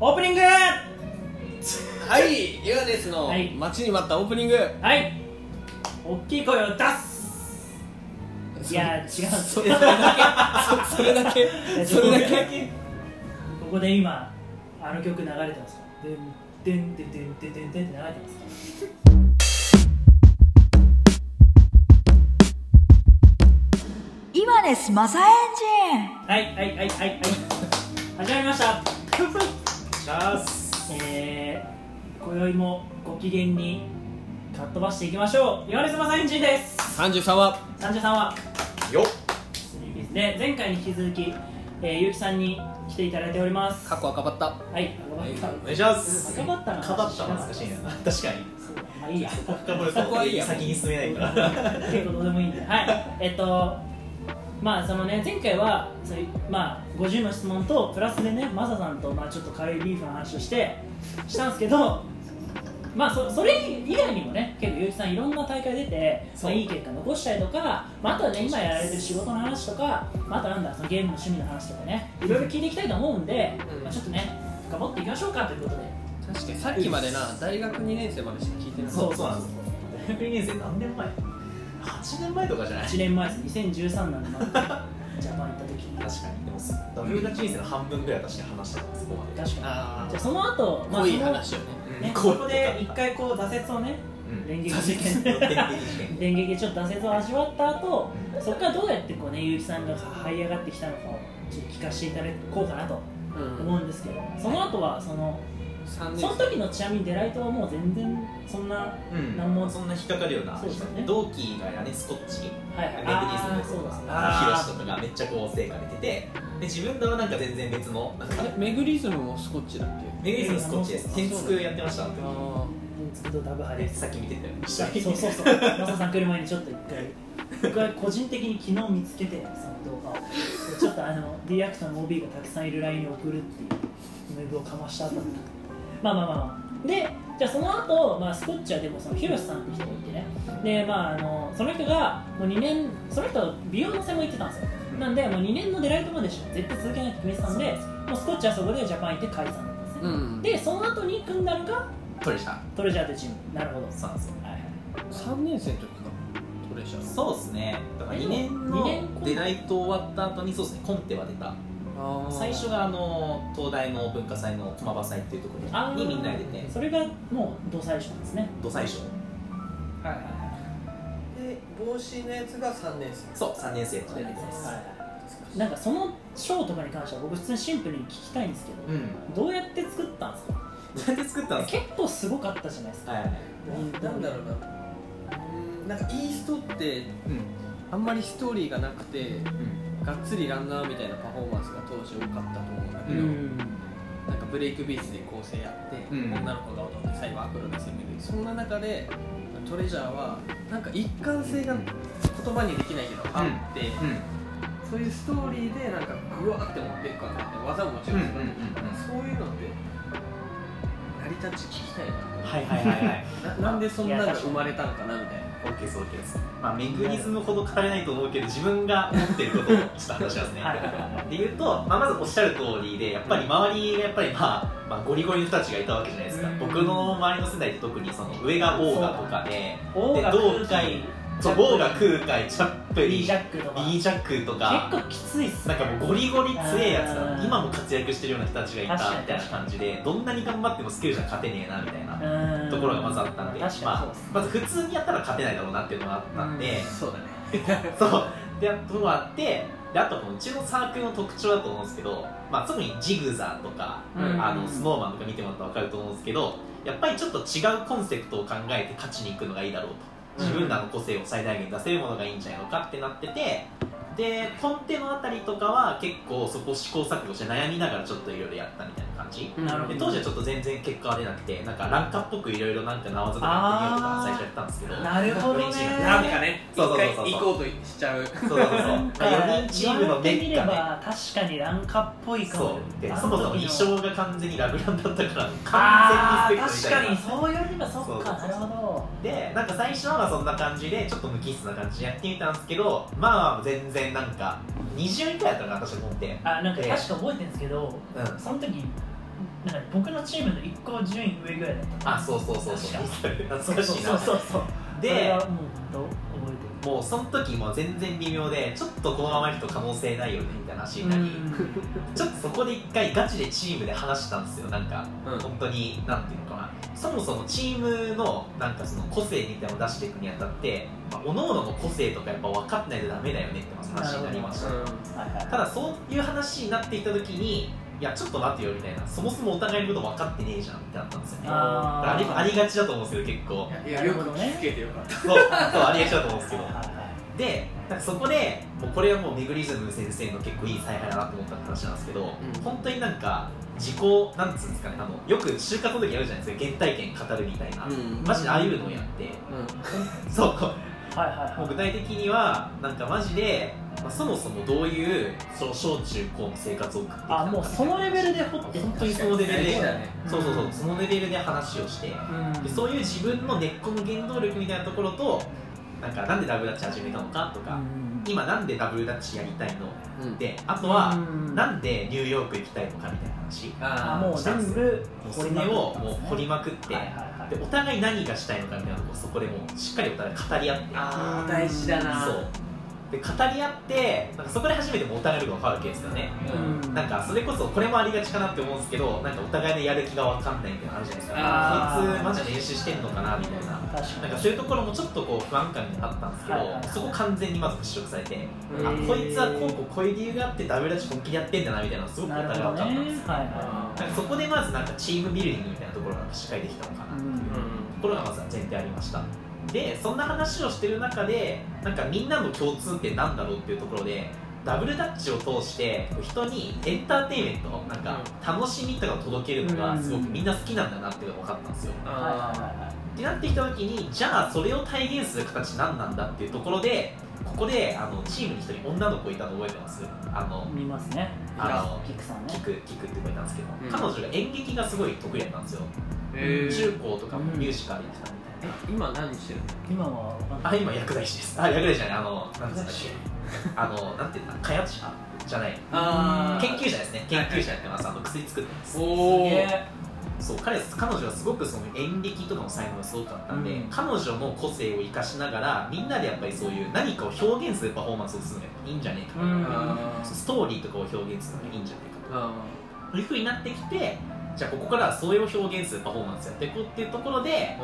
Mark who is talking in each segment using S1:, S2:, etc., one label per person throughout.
S1: オープニングは
S2: はい、エガネスの
S1: はい
S2: 待ちに待ったオープニング、
S1: い大きい声を出すいや違う
S2: それだけそそれ だけそれだけ
S1: ここで今あの曲流れてますからでんでんでんでんでんでんでんって流れてますから
S3: 今ですマサエンジン
S1: はいはいはいはいはい始まりました
S4: チャース
S1: えー、今宵もご機嫌にかっ飛ばしていきましょう岩根様さんエンジンです
S2: 三十三は
S1: 三者さんは
S4: よっ
S1: で前回に引き続き、えー、ゆうきさんに来ていただいております
S2: 過去赤かったは
S1: はい頑張った
S4: お願いします
S1: 頑張ったな
S4: かばったは懐かしいな確かに
S1: そうまあいいや
S4: 深掘る
S2: こはいいや
S4: 先に進めないから
S1: 結構どうでもいいんで、はい、えっと、まあそのね、前回はそういう、まあ、50の質問と、プラスでね、マサさんと、まあ、ちょっと軽いビーフの話をして、したんですけど、まあそそれ以外にもね、結構、結城さん、いろんな大会出て、ま
S4: そう
S1: あ、いい結果残したりとか、まあ、あとはね、今やられてる仕事の話とか、まあ、あとなんだ、そのゲームの趣味の話とかね、いろいろ聞いていきたいと思うんで、
S2: うん
S1: まあ、ちょっとね、深掘っていきましょうかということで。
S2: 確かにさっきまでな大学二年生までしか聞いてなか
S4: そ
S2: っ
S4: うそうなんですよ大学2年生何年前8年前とかじゃない
S1: 1年前です、2013年のジャパン行った時に。
S4: 確かにでもダブルダッチ人生の半分ぐらいは確か話したからそこまで
S1: 確か
S2: た
S1: に
S2: あ
S1: じゃあ
S2: あ
S1: その後、まあ、
S2: 濃い
S1: その
S2: 話をね
S1: ね、
S4: こ
S1: こ
S4: う
S1: こで一回こう挫折をね、
S4: うん
S1: 電撃事 件、電撃ちょっと挫折を味わった後、そこからどうやってこうね、結城さんが這い上がってきたのかをちょっと聞かせていただこうかなと
S2: うん
S1: 思うんですけど、その後はその、
S2: 三
S1: そ
S2: 年
S1: の時のちなみにデライトはもう全然そんな、は
S4: うん
S1: なんも
S4: そんな引っかかるような
S1: そうですよね
S4: 同期がやねスコッチ
S1: いはい、
S4: レ
S1: あ
S4: ッ
S1: あ
S4: ド
S1: ー、
S4: ディ
S1: そ
S4: ズニー
S1: う
S4: と
S1: ですね
S4: かヒロシ
S1: あ
S4: とかがめっちゃこう成果出ててで自分らはなんか全然別のなんか
S2: 生えメグリズムもスコッチだっけ
S4: メグリズムスコッチです
S2: あ
S4: 天竺やってました
S2: あ
S1: ー、文付とダブハ
S4: あ
S1: で
S4: れ
S1: す。
S4: さっき見てたよ
S1: そうそうそう、マサさん来る前にちょっと一回、僕は個人的に昨日見つけて、その動画を、ちょっとあの D アクターの OB がたくさんいる LINE に送るっていうムーブをかました後だったまあまあまあまあ、で、じゃあその後、まあスコッチはでもそのヒロシさんって人がいてね、で、まああの、その人がもう2年、その人、美容の専門行ってたんですよ。なんで、もう2年のデライトまでしか絶対続けないって決めてたんで、もうスコッチはそこでジャパン行って解散なんです
S2: う
S1: ね。
S2: ん
S1: で、その後に組んだのが
S4: トレジャー
S1: トレジャーというチーム。なるほど。
S4: そうなんですよ
S1: はいはい
S2: 三年生の時かトレジャー
S4: そうですねだから2年
S1: 二年コン
S4: の
S1: テ
S4: デライト終わった後にそうですねコンテは出た
S2: あー
S4: 最初があの東大の文化祭の駒場祭っていうとこ
S1: あ
S4: ろ
S1: ー
S4: にみんなで出て
S1: それがもう土最初ですね
S4: 土最初
S1: はいはいは
S2: で帽子のやつが三年生
S4: そう3年生のデライトです、
S1: いなんかその賞とかに関しては僕普通にシンプルに聞きたいんですけど、
S4: うん
S1: どうやって作ったんですか
S4: なんで作ったんです
S1: 結構すごかったじゃないです
S4: か
S1: か、
S4: はいはいはい
S2: なんだろうなうんなんかイーストって
S4: うん
S2: あんまりストーリーがなくて
S4: うん
S2: がっつりランナーみたいなパフォーマンスが当時多かったと思うんだけど、
S1: うん
S2: なんかブレイクビーツで構成やって、
S4: うん
S2: 女の子が踊って最後アクロで攻めるそんな中でトレジャーはなんか一貫性が言葉にできないけどあって、
S4: うん
S2: そういうストーリーでなんかグワーって持っていく感じで技ももちろんすごいんだけど
S4: うんうんうん
S2: そういうのって成り立ち聞きたい
S4: はいはいはいはい
S2: なななんでそんなのが生まれたんかなみたいな
S4: OK です OK ですまあメグニズムほど語れないと思うけど自分が思ってることをちょっと話しますね
S1: はいはい
S4: で言うと、まあ、まずおっしゃる通りでやっぱり周りがやっぱり、まあ、まあゴリゴリの人たちがいたわけじゃないですか
S1: うん
S4: 僕の周りの世代って特にその上がオーガとかで
S1: 王が
S4: 同会そうオーガ空海チャップリ
S1: B
S4: ー
S1: ジャックとか
S4: リージャックとか
S1: 結構きついっす
S4: なんかもうゴリゴリ強えやつ
S1: あ
S4: だ
S1: ー
S4: 今も活躍してるような人たちがいた
S1: 確かに
S4: みたいな感じでどんなに頑張ってもスキルじゃ勝てねえなみたいな
S1: うん
S4: ところがまずあったん
S1: 確
S4: で、
S1: かにそう
S4: ま
S1: っす、
S4: あ、まず普通にやったら勝てないだろうなっていうのがあったんで、
S2: そうだね
S4: そうでやっとあってであとこのうちのサークルの特徴だと思うんですけど、まあ、特にジグザーとか、
S1: うん
S4: あのスノーマンとか見てもらったら分かると思うんですけどやっぱりちょっと違うコンセプトを考えて勝ちに行くのがいいだろうと自分らの個性を最大限出せるものがいいんじゃないのかってなっててでコンテのあたりとかは結構そこ試行錯誤して悩みながらちょっといろいろやったみたいな感じ、
S2: うん
S1: なるほ
S4: で
S1: ど
S4: 当時はちょっと全然結果は出なくてなんかランカっぽくいろいろなんか縄技とかやってみようとか最初やったんですけど
S1: なるほどね
S2: なんかね
S4: そう
S2: 一
S4: そうそう
S2: 回
S4: そう
S2: 行こうとしちゃう
S4: そうそうそう、まあ、4人チームのメ
S1: 言われてみ
S4: ッ
S1: れ
S4: カね
S1: ば確かにランカっぽいかも
S4: そうで
S1: あの
S4: そもそも
S1: 時
S4: 衣
S1: の
S4: 装が完全にラブランだったから
S1: あ
S4: 完全
S1: ー
S4: にス
S1: 確
S4: ペクト
S1: か
S4: みたい
S1: に
S4: な
S1: そう言われればそっかな
S4: そうそうそうそう
S1: るほど
S4: でなんか最初はまあそんな感じでちょっと無機質な感じでやってみたんですけどまあ全然なんか20人くらいだったかな私思って
S1: あなんか
S4: で
S1: 確か覚えてるんですけど
S4: うん
S1: その時なんか僕のチームの1個順位上ぐらいだった
S4: あそうそうそうそう懐
S1: そうそう
S4: かしい
S1: そうそ
S4: な
S1: うそう
S4: で
S1: それはもう本当覚え
S4: もうその時も全然微妙でちょっとこのままいくと可能性ないよねみたいな話になり、
S1: てる
S4: ちょっとそこで一回ガチでチームで話したんですよなんか
S2: うん
S4: 本当になんていうのかなそもそもチームのなんかその個性みたいなのを出していくにあたって、まあ、各々の個性とかやっぱ分かってないとダメだよねって話になりました
S1: はいはい
S4: ただそういう話になってきた時にいやちょっと待てよみたいなそもそもお互いのこと分かってねえじゃんってなったんですよね
S1: あー
S4: ありありがちだと思うんですけど結構
S2: いやよく聞けてよかった
S4: そうそうありがちだと思うんですけど
S1: はいはい
S4: でなんかそこでもうこれはもうメグリズム先生の結構いい采配だなと思った話なんですけど、
S2: ん
S4: 本当になんか自己なんつうんですかねあのよく就活の時やるじゃないですか原体験語るみたいな、
S2: うん
S4: マジでああいうのをやってそう
S1: はいはいはい
S4: もう具体的にはなんかマジで、まあ、そもそもどういうその小中高の生活を送ってきたのか
S1: あもうそのレベルで掘って
S4: 本当にそのレベルで、
S2: 確かにね
S4: そうそうそうそのレベルで話をして、でそういう自分の根っこの原動力みたいなところとなんかなんでダブルダッチ始めたのかとか、今なんでダブルダッチやりたいの
S2: うん
S4: であとは、
S1: うん
S4: なんでニューヨーク行きたいのかみたいな話
S1: あ
S2: あ
S1: もう全部
S4: もうそれをもう掘りまくって、
S1: はいはいはい
S4: でお互い何がしたいのかみたいなとこそこでもうしっかりお互い語り合って
S2: あー大事だな
S4: そうで語り合ってなんかそこで初めてもうお互いのことが分かるわけですよね、
S1: うん
S4: なんかそれこそこれもありがちかなって思うんですけどなんかお互いのやる気が分かんないみたいなのあるじゃないです
S2: あ
S1: ー
S4: かこいつマジ練習してんのかなみたいな
S1: 確か
S4: なん
S1: に
S4: かそういうところもちょっとこう不安感にあったんですけど、
S1: はいはいはい
S4: そこ完全にまず払拭されて、
S2: うん
S4: あこいつはこうこうこういう理由があってダブルダッチ本気でやってんだなみたいなのすごくお
S1: な
S4: 互い
S1: るほ
S4: 分
S1: ど
S4: か
S1: ね
S4: った
S1: は
S4: ん
S1: い
S4: ですよ、
S1: は
S4: なんかそこでまずなんかチームビルディングみたいなところがしっかりできたのかな、
S1: い、う
S4: と
S1: ん
S4: ころがまずは前提ありましたでそんな話をしてる中でなんかみんなの共通点なんだろうっていうところでダブルダッチを通して人にエンターテインメントなんか楽しみとかを届けるのがすごくみんな好きなんだなっていうのが分かったんですよ、
S1: はいはいは
S4: ってなってきた時にじゃあそれを体現する形何なんだっていうところでここであのチームに一人女の子いたの覚えてますあの
S1: い見ますね
S4: あ
S1: キックさん
S4: の
S1: ね
S4: キクキクって子いたんですけど、
S2: うん
S4: 彼女が演劇がすごい得意だったんですよ、
S2: え
S4: 中高とかもミュージカルやってたみたいな、
S2: 今何してるの
S1: 今はわかんない
S4: あ今薬剤師ですあ薬剤師じゃないあの何ですかあのなんていうんだ開発者じゃない
S1: あ
S4: 研究者ですね研究者やってますあの薬作ってます
S2: おお
S1: すげえ
S4: そう彼彼女はすごくその演劇とかの才能がすごかったんで、
S1: うん
S4: 彼女の個性を生かしながらみんなでやっぱりそういう何かを表現するパフォーマンスをするのがいいんじゃねえか
S1: うん
S4: な、ストーリーとかを表現するのがいいんじゃねえか
S2: あ
S4: というふうになってきてじゃあここからはそれを表現するパフォーマンスやっていこうっていうところで、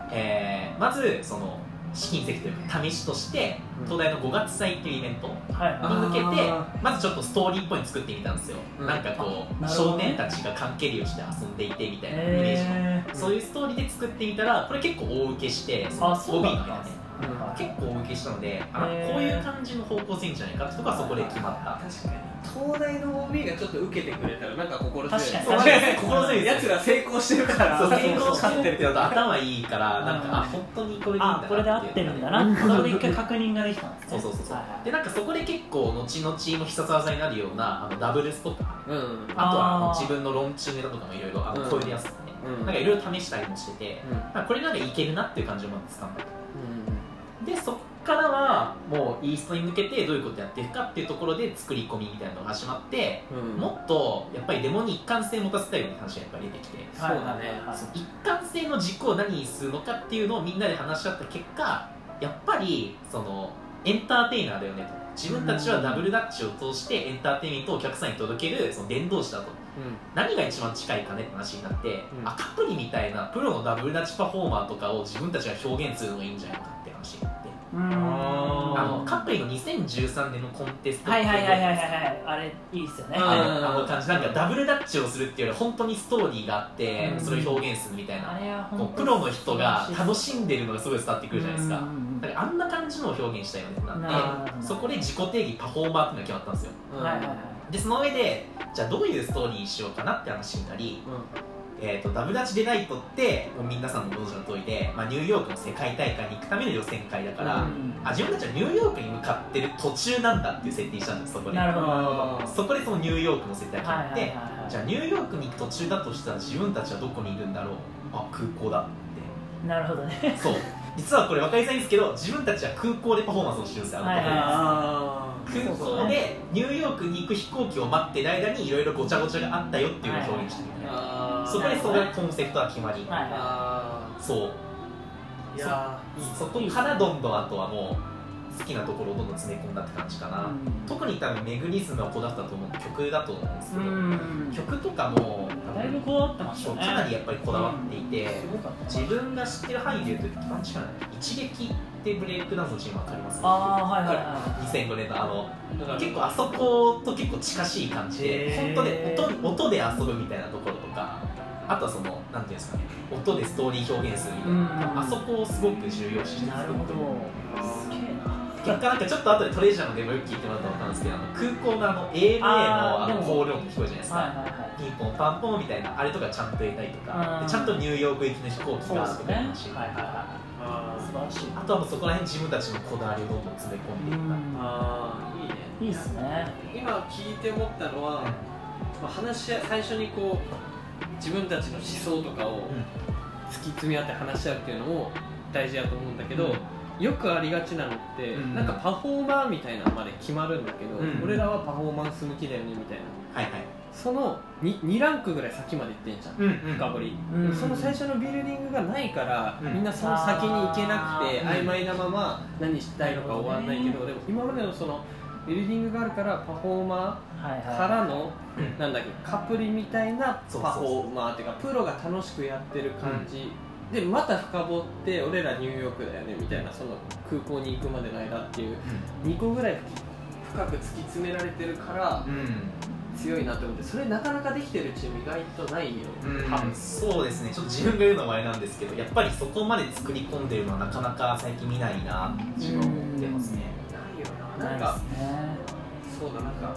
S2: う
S4: えーまずその試金石というか試しとして
S2: うん
S4: 東大の5月祭っていうイベント
S1: はい
S4: に
S1: は
S4: 向けて
S2: あ
S4: まずちょっとストーリーっぽいの作ってみたんですよ、
S2: うん
S4: なんかこう、
S1: あなるほ
S4: 少
S1: どね
S4: 年たちが関係りをして遊んでいてみたいなイメージの
S1: え
S2: ん
S4: そういうストーリーで作ってみたらこれ結構大受けしてそ
S1: あそうなんだ
S4: 帯の
S2: うん
S1: ー
S4: 間ね結構大受けしたのであ
S1: へー
S4: こういう感じの方向性じゃないかってとこはそこで決まった
S2: 確かに東大の OB がちょっと受けてくれたらなんか心強い
S1: 確かに
S2: そう
S1: 確かに
S2: 心強いやつら成功してるから
S4: そう
S2: 成
S4: 成
S2: 功
S4: 功
S2: し
S4: し
S2: て
S4: てる
S2: るっ
S4: っ
S2: てこ
S4: てことと
S2: は
S4: 頭いいから
S1: うん
S4: なんかあ本当にこれでいいんだ
S1: あ
S4: な
S1: これで合ってるんだ
S4: っ
S1: なそこで一回確認ができたんで
S4: て
S1: す
S4: そ
S1: ね
S4: うそうそうそう
S1: はいはい
S4: でなんかそこで結構後々も必殺技になるようなあのダブルスとか
S2: うん
S4: あとはあの
S1: あー
S4: 自分の論中ネタとかもいろいろあの
S2: うん
S4: こういうやつとかね
S2: うん
S4: なんかいろいろ試したりもしてて
S2: うん
S4: まあこれなんかいけるなっていう感じをまずつかんだでそっからはもうイーストに向けてどういうことやっていくかっていうところで作り込みみたいなのが始まって
S2: うんうん
S4: もっとやっぱりデモに一貫性を持たせたいような話がやっぱり出てきて
S2: そうだ
S1: は
S2: ね
S1: いはいはい
S4: その一貫性の軸を何にするのかっていうのをみんなで話し合った結果やっぱりそのエンターテイナーだよねと自分たちはダブルダッチを通してエンターテインメントをお客さんに届けるその伝道師だと何が一番近いかねって話になって、
S2: ん
S4: 赤プリみたいなプロのダブルダッチパフォーマーとかを自分たちが表現するのがいいんじゃないかって話になって。
S1: うーん
S2: あー
S4: あのカップリの2013年のコンテスト
S1: はいはいはいはいはいはいあれいいっすよね
S2: うん
S4: あのあの感じなんかダブルダッチをするっていうより本当にストーリーがあって、
S1: うん
S4: それを表現するみたいな、
S1: あれは
S4: こ
S1: 本
S4: う
S1: 当
S4: プロの人が楽しんでるのがすごい伝わってくるじゃないですか、
S1: うんうんうん
S4: だからあんな感じのを表現したいよねってな
S1: な
S4: っ
S1: る
S4: て
S1: ほど
S4: そこで自己定義パフォーマーっていうのが決まったんですよ
S2: うん
S1: はいはいはい
S4: でその上でじゃあどういうストーリーにしようかなって話になり、えー、とダブダチデライトってもう皆さんもご存知の通りで、まあ、ニューヨークの世界大会に行くための予選会だから、
S2: うん
S4: あ自分たちはニューヨークに向かってる途中なんだっていう設定にしたんですそこで
S1: なるほどなるほど
S2: あー
S4: そこでそのニューヨークの設定が決
S1: はい
S4: まっ
S1: は
S4: て、
S1: いはいはい
S4: じゃあニューヨークに行く途中だとしたら自分たちはどこにいるんだろうあ空港だっ
S1: なるほどね
S4: てそう実はこれ分かりづらいんですけど自分たちは空港でパフォーマンスをしてるんですよあの
S1: はいはいはい
S2: ああ
S4: 空港でニューヨークに行く飛行機を待ってる間にいろいろごちゃごちゃがあったよっていうのを表現してるみたいな
S2: あー
S4: そこでそれがコンセプトは決まり
S1: はいは
S2: あ
S4: そう
S2: ーいやーいい
S4: そこからどんどんあとはもう好きなところをどんどん詰め込んだって感じかな、
S1: い
S4: 特に多分メグリズムはこだわったと思う曲だと思うんですけ
S1: う
S4: ど、
S1: ん
S4: 曲とかも
S1: だいぶこだわってました
S4: そう
S1: よね
S4: かなりやっぱりこだわっていて、
S1: すごかった
S4: 自分が知ってる範囲で言うと一番近いのは一撃ってブレイクダンスのチームわかります
S1: ああはいはいは
S4: 2005年のあの
S2: だ
S4: 結構あそこと結構近しい感じで
S2: へ
S4: 本
S2: ー
S4: 当で音音で遊ぶみたいなところとかあとはそのなんていうんですかね音でストーリー表現するみたい
S1: うん
S4: なあそこをすごく重要視して
S1: い
S4: る
S1: なるほどすげえな
S4: 結果なんかちょっと後でトレジャーのデモよく聞いてもらったと思うんですけどあの空港のあの ANA の
S1: あー
S4: あ
S1: で
S4: の
S1: も
S4: コール音って聞こえるじゃないですか、
S1: はいはいはい
S4: ピンポンパンポンみたいなあれとかちゃんと入れたりとか
S1: うん
S4: でちゃんとニューヨーク行きの飛行機
S1: そうで
S4: がある
S1: すよ
S4: とか
S1: ね
S4: いう話
S1: はいはいは
S2: あ
S1: い
S2: ー
S1: 素晴らしい
S4: あとはもうそこら辺自分たちのこだわりをどんどん詰め込んでいった、
S2: あーい
S1: いい
S2: いね
S1: っすね
S2: 今聞いて思ったのは、まあ、話し合い最初にこう自分たちの思想とかを
S4: ん
S2: 突き詰め合って話し合うっていうのも大事だと思うんだけど、
S4: うん
S2: よくありがちなのって、
S4: うん
S2: なんかパフォーマーみたいなのまで決まるんだけど、
S4: うん
S2: 俺らはパフォーマンス向きだよねみたいな
S4: はいはい
S2: その 2, 2ランクぐらい先まで行ってんじゃん
S4: うんうん
S2: 深掘り、
S1: うん
S2: でもその最初のビルディングがないから、
S4: うん
S2: みんなその先に行けなくて
S4: あー
S2: 曖昧なまま何したいのか終わんないけど、でも今までのそのビルディングがあるからパフォーマー
S1: はいはい
S2: からの、
S4: うん
S2: なんだっけカプリみたいな
S4: そうそうそう
S2: パフォーマーっていうかプロが楽しくやってる感じ、でまた深掘って俺らニューヨークだよねみたいなその空港に行くまでの間っていう2個ぐらい深く突き詰められてるから
S4: う
S2: 強いなって思ってそれなかなかできてるチーム意外とないよ、
S4: ん、うん
S2: 多分
S4: そうですねちょっと自分が言うのもあれなんですけどやっぱりそこまで作り込んでるのはなかなか最近見ないなって自分は思ってますね
S2: ないよ
S1: な
S2: ななん
S1: い
S2: か
S1: ですね
S2: そうだなんか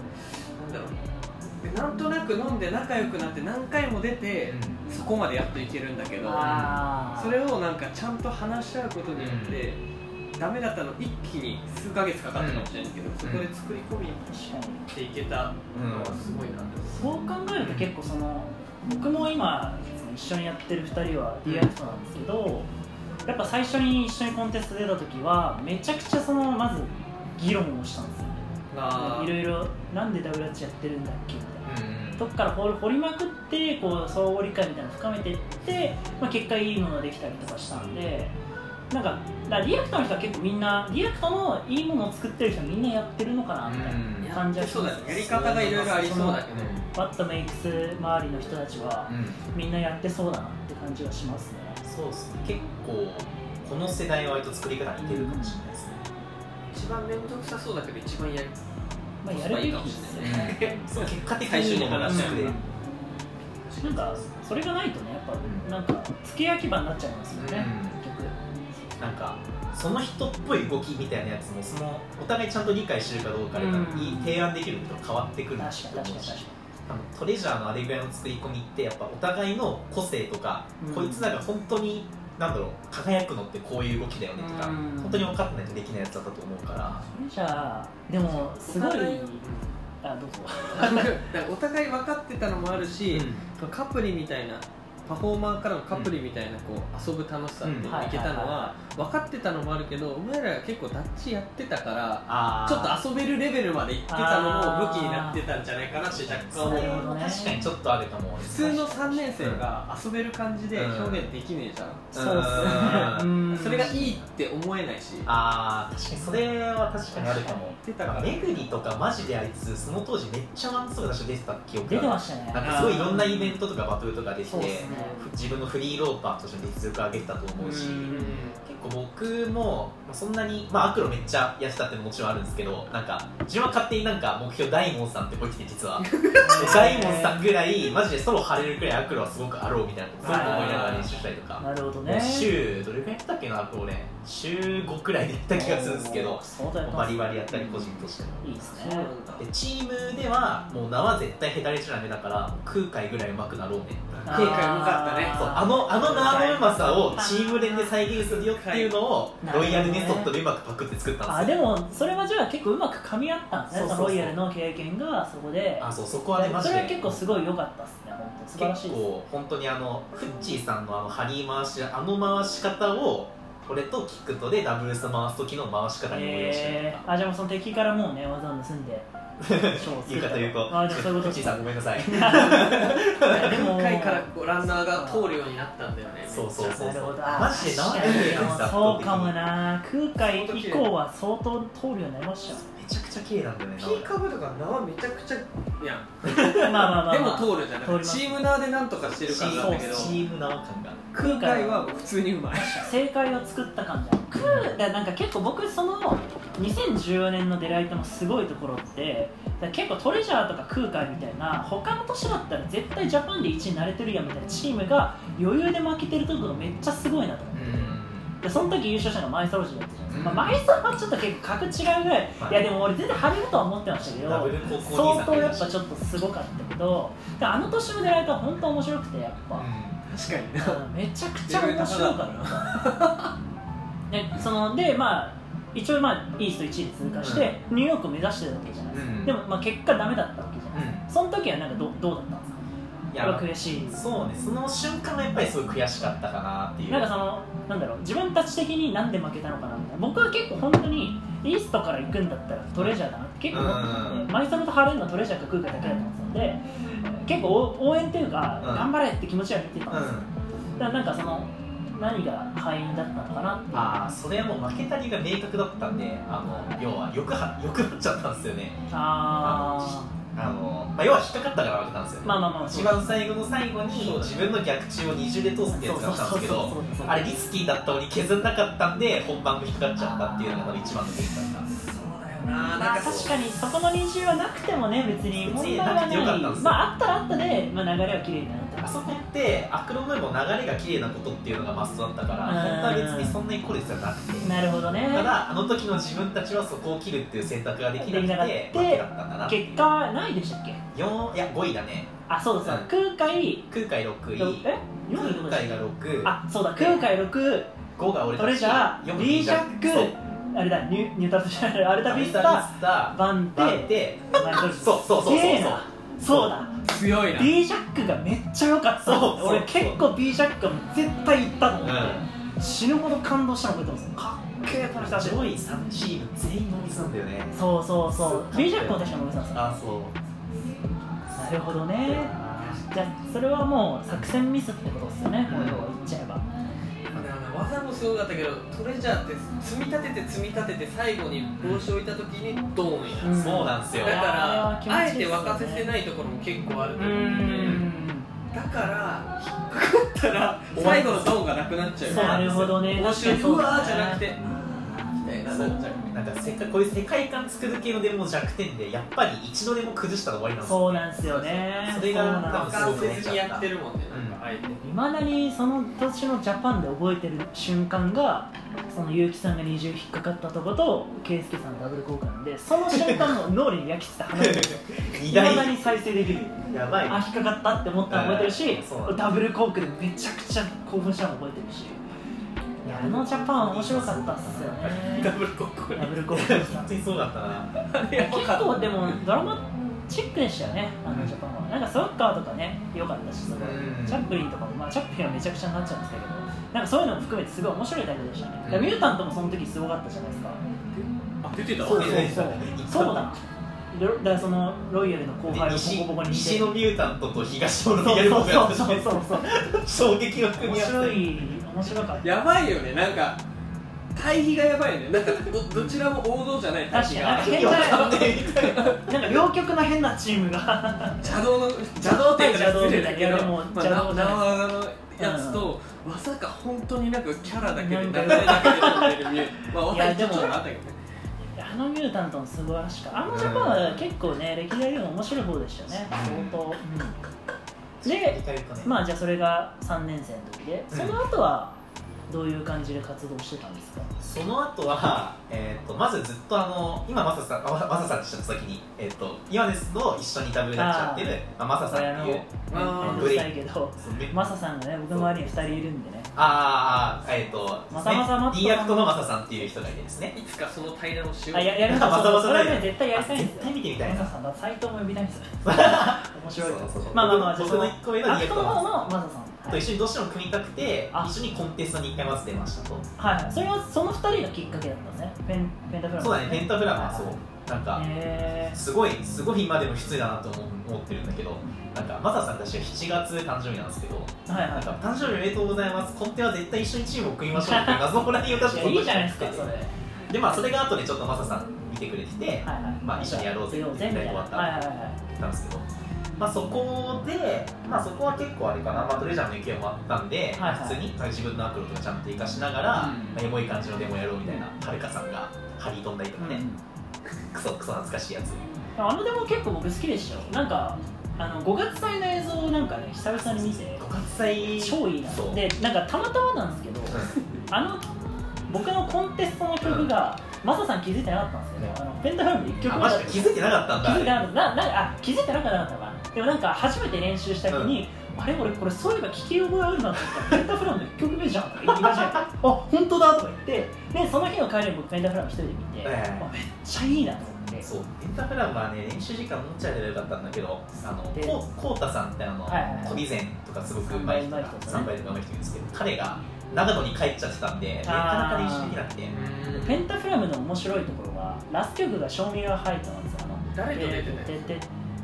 S2: なんだろうでなんとなく飲んで仲良くなって何回も出てそこまでやっといけるんだけど
S1: あー
S2: それをなんかちゃんと話し合うことによって、ダメだったの一気に数ヶ月かかったかもしれないけど、そこで作り込み
S1: 確かに
S2: していけたのはすごいなって
S1: そう考えると結構その僕も今その一緒にやってる2人はリアクトなんですけど、やっぱ最初に一緒にコンテスト出た時はめちゃくちゃそのまず議論をしたんですよ
S2: あ
S1: い
S2: ー
S1: ろいろなんでダブルダッチやってるんだっけみたいな
S4: うん
S1: とこから掘り掘りまくってこう相互理解みたいなの深めていって、まあ、結果いいものができたりとかしたんでなんかだからリアクトの人は結構みんなリアクトのいいものを作ってる人はみんなやってるのかなみたいな
S4: う
S1: 感
S4: ん
S1: じはし
S2: そう
S1: ま
S2: だ
S1: す
S2: よねやり方がいろいろありそうだけど、
S1: ワットメイクス周りの人たちは
S4: うん
S1: みんなやってそうだなって感じはしますね
S4: そうですね結構この世代は割と作り方似てるかもしれないですね、
S2: 一番面倒くさそうだけど一番やり
S1: まあやるべきですよね
S4: そう結果的
S2: 最初
S4: に
S2: に
S4: も
S2: 話した
S4: 作
S2: よ
S4: れる
S2: ね
S1: なんかそれがないとねやっ
S4: うん
S1: ぱなんか付け焼き場になっちゃいますよね
S4: うん
S1: 結
S4: なんかその人っぽい動きみたいなやつもそのお互いちゃんと理解してるかどうかで、
S1: うん
S4: いい提案できるのと変わってく
S1: 局
S4: ると思う
S1: 確
S4: し
S1: かに確かに確かに
S4: あのトレジャーのあれぐらいの作り込みってやっぱお互いの個性とか、
S1: うん
S4: こいつらが本当になんだろう輝くのってこういう動きだよねとか、
S1: うん
S4: 本当に分かってないとできないやつだったと思うから、
S1: じゃあでもすごい
S2: お互い
S1: あどうぞ
S2: お互い 分かってたのもあるし、カプリみたいなパフォーマーからのカプリみたいなこう遊ぶ楽しさっていうのがいけたのは分かってたのもあるけどお前ら結構ダッチやってたから
S4: あ
S2: ちょっと遊べるレベルまでいってたのも武器になってたんじゃないかなって若干
S4: そ
S2: 思
S4: れ
S2: う
S1: なるほど
S4: は
S1: ね
S4: 確かにちょっとあるかも
S2: 普通の3年生が遊べる感じで表現できねえじゃん、
S1: そうっすねうん
S2: それがいいって思えないし
S4: あー確かにそれは確かにあるかも
S2: 出たから
S4: めぐりとかマジであいつその当時めっちゃマンツーマン出してた記憶
S1: 出てま
S4: し
S1: したね
S4: なんかすごいいろんなイベントとかバトルとか出て
S1: そうですね
S4: 自分のフリーローパーとしての実力上げてたと思うし、結構僕もまあそんなに、まあ、アクロめっちゃやってたってのももちろんあるんですけどなんか自分は勝手になんか目標大門さんってこいつで 実は大門さんぐらいマジでソロ張れるくらいアクロはすごくあろうみたいなことすごく思いながら練習したりとか
S1: なるほどね
S4: 週どれくらいやったっけなこれ週5くらいでやった気がするんですけど
S1: 相当やってま
S4: バ
S1: す
S4: リバリやったり個人としても
S1: いいです
S2: そうな
S1: ね
S2: んだ
S4: でチームではもう名は絶対へたれちゃダメだから空海ぐらいうまくなろうね
S2: あーかったね
S4: そうあのあの名のうまさをチーム連で再現するよっていうのを
S1: なるほど
S4: ロ
S1: ね
S4: イヤルメソッドでうまくパクって作った
S1: あ
S4: んで
S1: です
S4: よ
S1: もそれはじゃあ結構うまく噛み合ったんですね
S4: そう
S1: そ
S4: そう
S1: の
S4: そ
S1: ロ
S4: う
S1: イヤルの経験がそこで
S4: あそうそこはねマジ
S1: そ
S4: で
S1: れは結構すごい良かったですね本当素晴らしい
S4: 結
S1: です
S4: 構本当にあのフッチーさんのあのハリー回しあの回し方を俺とキックとでダブルス回す時の回し方に応用しな
S1: え
S4: か
S1: ー、
S4: っ
S1: あじゃあもうその敵からもうね技を盗んで賞を
S4: た言うかというと
S1: あでもそういうこと
S4: ちいさんごめん なさい
S1: でも
S2: 1回からこうランナーが通るようになったんだよね
S4: そうそうそう
S1: なる
S4: そ
S1: ほ
S4: う
S1: ど
S4: マジで何でやるんですか
S1: そうかもな空海以降は相当通るようになりまし
S4: めちゃくちゃ綺麗なんだよね
S2: ピーカブとか縄めちゃくちゃいや
S1: たよまあまあまあ、
S2: で
S1: ま
S2: も
S1: あ、
S2: 通るじゃ
S1: 通り
S2: なく
S1: ま
S2: て
S1: す
S2: チーム縄でなんとかしてる感じなんだけど
S4: チームな感がある
S2: 空海は普通にうまい
S1: 正解を作った感じクーだからなんか結構僕その2014年のデライトのすごいところってだから結構トレジャーとか空海みたいな他の年だったら絶対ジャパンで1位になれてるやんみたいなチームが余裕で負けてるところめっちゃすごいなと思ってでその時優勝したのがマイソロジーだったじゃないですか、まあ、マイソロはちょっと結構格違うぐらい、
S4: はい
S1: い、やでも俺全然晴れるとは思ってましたけど
S4: ダブル高校
S1: 相当やっぱちょっとすごかったけどであの年の狙いとは本当面白くてやっぱ、
S2: 確かにな
S1: めちゃくちゃ面白かったでそのでまあ一応まあイースト1位で通過して、ニューヨークを目指してたわけじゃないですか、
S4: うん
S1: でもまあ結果ダメだったわけじゃないですか、その時はなんかどうどうだったんですか
S4: い
S1: やっ
S4: や
S1: ぱ悔しいです
S4: そうねその瞬間がやっぱりすごい悔しかったかなっていう
S1: なんかそのなんだろう自分たち的になんで負けたのかなみたいな僕は結構本当にイーストから行くんだったらトレジャーだなって結構思ってた
S4: うんん
S1: でマイソロとハレンのトレジャーか空海だけだと思ってたんで結構応応援っていうか、
S4: うん
S1: 頑張れって気持ちは見てたん
S4: う
S1: ですよ、
S4: ん
S1: だからなんかその何が敗因だったのかなっていう
S4: ああそれはもう負けた理由が明確だったんであの要は欲張欲張っちゃったんですよね
S1: あ
S4: あの、まあ、要は引っかかったから負けたんですよ、
S1: ーまあまあまあ
S4: 一番最後の最後に自分の逆中を二重で通すってやつがあったんですけどあれリスキーだったのに削んなかったんで本番が引っかかっちゃったっていうのがまだ一番の原因だったんです
S2: そうだよな
S1: まあ確かにそこの二重はなくてもね別に問題はな
S4: 別になくてよか
S1: い
S4: ったんですよ
S1: まああったらあったで、まあ、流れは綺麗になった
S4: あそこってアクロムーンも流れが綺麗なことっていうのがマストだったから
S1: うん
S4: 本当は別にそんなに来る必要はなくて
S1: なるほどね
S4: ただあの時の自分たちはそこを切るっていう選択ができなく
S1: できなかって
S4: 負けだったんだなっていう
S1: 結果ないでしたっけ
S4: 四いや5位だね
S1: あそうだそうだ空海
S4: 空海6位
S1: え四
S4: 空
S1: 位ってことでし
S4: 海
S1: た
S4: が
S1: っけ
S4: 6
S1: あそうだ空海6
S4: 5が俺た
S1: ト
S4: ち
S1: レジャー
S4: 四
S1: リージャック
S4: そう
S1: あれだニュニュータルトじゃないアルタビスタ
S4: スタ
S1: バンテ
S4: バンテ
S1: マイソルジ
S4: そうそうそうそう
S1: すげえなそうだ
S2: 強いな
S1: B ジャックがめっちゃ良かった
S4: そうそう
S1: 俺結構 B ジャックは絶対行ったと思って、
S4: う
S1: 死ぬほど感動したの覚えてますかっけえこの人たち
S4: 上位3チーム全員ノミスなんだよね
S1: そうそうそう
S4: そう
S1: B ジャックも確かに森さんです
S4: あそう
S1: なるほどねじゃあそれはもう作戦ミスってことですよね、
S4: うん
S1: もう要は言っちゃえば
S2: 技もすごかったけどトレジャーって積み立てて積み立てて最後に帽子を置いた時にドーンや、
S1: うん
S4: そうなんですよ
S2: だから
S1: あ
S2: あ
S1: れは気持ちいい
S2: えて
S1: っすよね
S2: 沸かせてないところも結構あると
S1: う
S2: 思うんでだから引っかかったら最後のドーンがなくなっちゃうよ
S1: なるほどね
S2: 帽子を
S1: 確かにそう
S2: う
S1: だ
S2: わ
S1: ね
S2: ーじゃなくてみたいななっちゃう
S4: なんかせっかくこういう世界観作る系のでも弱点でやっぱり一度でも崩したら終わりなんですよ
S1: そうなんですよね
S4: それが
S1: うなんで
S4: 多分
S2: 爆
S1: す
S4: そう
S1: よ
S2: 発せずにやってるもんねなんかあえて
S1: いまだにその年のジャパンで覚えてる瞬間がその結城さんが二重引っかかったとこと圭介さんのダブル交換でその瞬間の脳裏に焼き付いた話ですよ
S4: 二
S1: いまだ
S4: 大
S1: に再生できる
S4: やばい
S1: あ引っかかったって思ったの覚えてるし
S4: うんそうなんだ
S1: ダブルコークでめちゃくちゃ興奮したの覚えてるしいやあのジャパン面白かったっすよ
S4: ダ
S1: ね
S4: ブル コッコ
S1: ダブルコークでした
S4: 本当にそうだったな
S1: 結構でもドラマチックでしたよねあのジャパンはなんかソッカーとかね良かったしすごい
S4: うん
S1: チャップリンとかも、まあ、チャップリンはめちゃくちゃになっちゃうんですけどなんかそういうのも含めてすごい面白い大会でしたね、だからミュータントもその時すごかったじゃないですか
S2: あ出てた
S4: そうそうそう
S1: そうだロだからそのロイヤルの後輩を
S4: 西
S1: ボコボコにして
S4: 西のミュータントと東のミュ
S1: そう
S4: ータント
S1: そうそ
S4: が
S1: うそうそう
S4: 衝撃の組
S1: 面
S4: み合わ
S1: 白
S4: せ
S1: い面白かった
S2: やばいよねなんか対比がやばいよねなんかどどちらも王道じゃない対比が
S1: 確かに
S4: 意味わかんないみたいな
S1: なんか両極の変なチームが
S2: 邪道の邪道って言ったら失礼だけ
S1: いやで
S2: ど
S1: も
S2: まあ
S1: 邪道じゃない
S2: 縄技のやつと、まさか本当になんかキャラだけで
S1: なん
S2: 流
S1: か
S2: れだけで撮ってる見えまあ
S1: いや
S2: 若
S1: でも
S2: い人ちょっとあったけどね
S1: あのミュータントも素晴らしかったあのジャパンは結構ね歴代よりも面白い方でしたね相当、うん、でまあじゃあそれが3年生の時で
S4: うん
S1: その後はどういう感じで活動してたんですか、
S4: その後は、えー、とまずずっとあの今マサさんあマサマサさんでした先に、えー、とイワネスと一緒にダブルになっちゃってるまあマサさんっていう
S1: 面
S2: あー
S1: 倒くさいけど
S4: そうめ
S1: マサさんがね僕の周りに2人いるんでね
S4: あーあーえっ、と
S1: まさまさマット
S4: D アクトのマサさんっていう人がいてですね
S2: いつかその平らをしよう
S1: あややるんだ
S4: マサマサ
S1: それ
S4: だ
S1: は
S4: よ
S1: ね絶対やりたいんです
S4: 絶
S1: よ
S4: 対見てみたい
S1: マ
S4: な
S1: サさんだ斎藤も呼びたいんですよ面白いから
S4: そうそうそう
S1: まあまあまあじゃあ
S4: 僕の1個目の D
S1: ア
S4: ア
S1: ク
S4: ク
S1: ト
S4: ト
S1: の
S4: のマ
S1: 方
S4: サ
S1: の
S4: さん
S1: マサさん
S4: と
S1: はい
S4: 一緒にどうしても組みたくて
S1: あ
S4: 一緒にコンテストに1回まず出ましたと
S1: はいそれはその2人がきっかけだったんですねペンペンタフラマ
S4: そうだねペンタグラムはそうなんか
S1: へ
S4: すごいすごい今でも失礼だなと思う思ってるんだけどなんかマサさんたちは7月誕生日なんですけど
S1: ーはい
S4: なんか
S1: は
S4: 誕生日おめでとうございますコンテは絶対一緒にチームを組みましょうっていう謎のラインを出して
S1: いいやいいじゃないですかそれはい
S4: でまあそれが後でちょっとマサさん見てくれてて
S1: はい
S4: まあ一緒にやろうぜ
S1: やろうぜみたいな
S4: 終わった
S1: はいはいはい
S4: たんですけど、まあ、そこで、まあ、そこは結構あれかな、まあ、トレジャーの意見もあったんで、
S1: はいはい
S4: 普通に自分のアクロとかちゃんと活かしながら、まあエモい感じのデモやろうみたいな、はるかさんが張り飛んだりとかね、クソクソ懐かしいやつ。
S1: あのでも結構僕好きでしたよなんかあの5月祭の映像なんかね久々に見て
S4: 五月祭
S1: 超いいな
S4: そう
S1: でなんかたまたまなんですけどあの僕のコンテストの曲が、マサさん気づいてなかったんですけど、あのペンタフラムで1曲
S4: あ
S1: も
S4: マジか気づいてなかったんだ
S1: 気づいてなかったななんかあ気づいてなかったのかなでもなんか初めて練習した時に、あれ俺これそういえば聞き覚えあるなと思ったらペンタフラムの1曲目じゃんとか言い始めてあ本当だとか言ってでその日の帰りに僕ペンタフラム一人で見て、
S4: ええ
S1: あめっちゃいいなと思って
S4: そうエンターフラムはね練習時間もっちゃえばよかったんだけどあの
S1: で
S4: こうこうたさんってあの
S1: はいはいはい
S4: 小備前とかすごくうまい人が
S1: 三
S4: 3倍とかうまい人いるんですけど彼が長野に帰っちゃってたんでなかなか練習できなくて
S1: ペンタフラムの面白いところはラスト曲が「照明が入った」なんですよあの
S2: 誰と出
S1: え
S2: てた
S1: ーとでで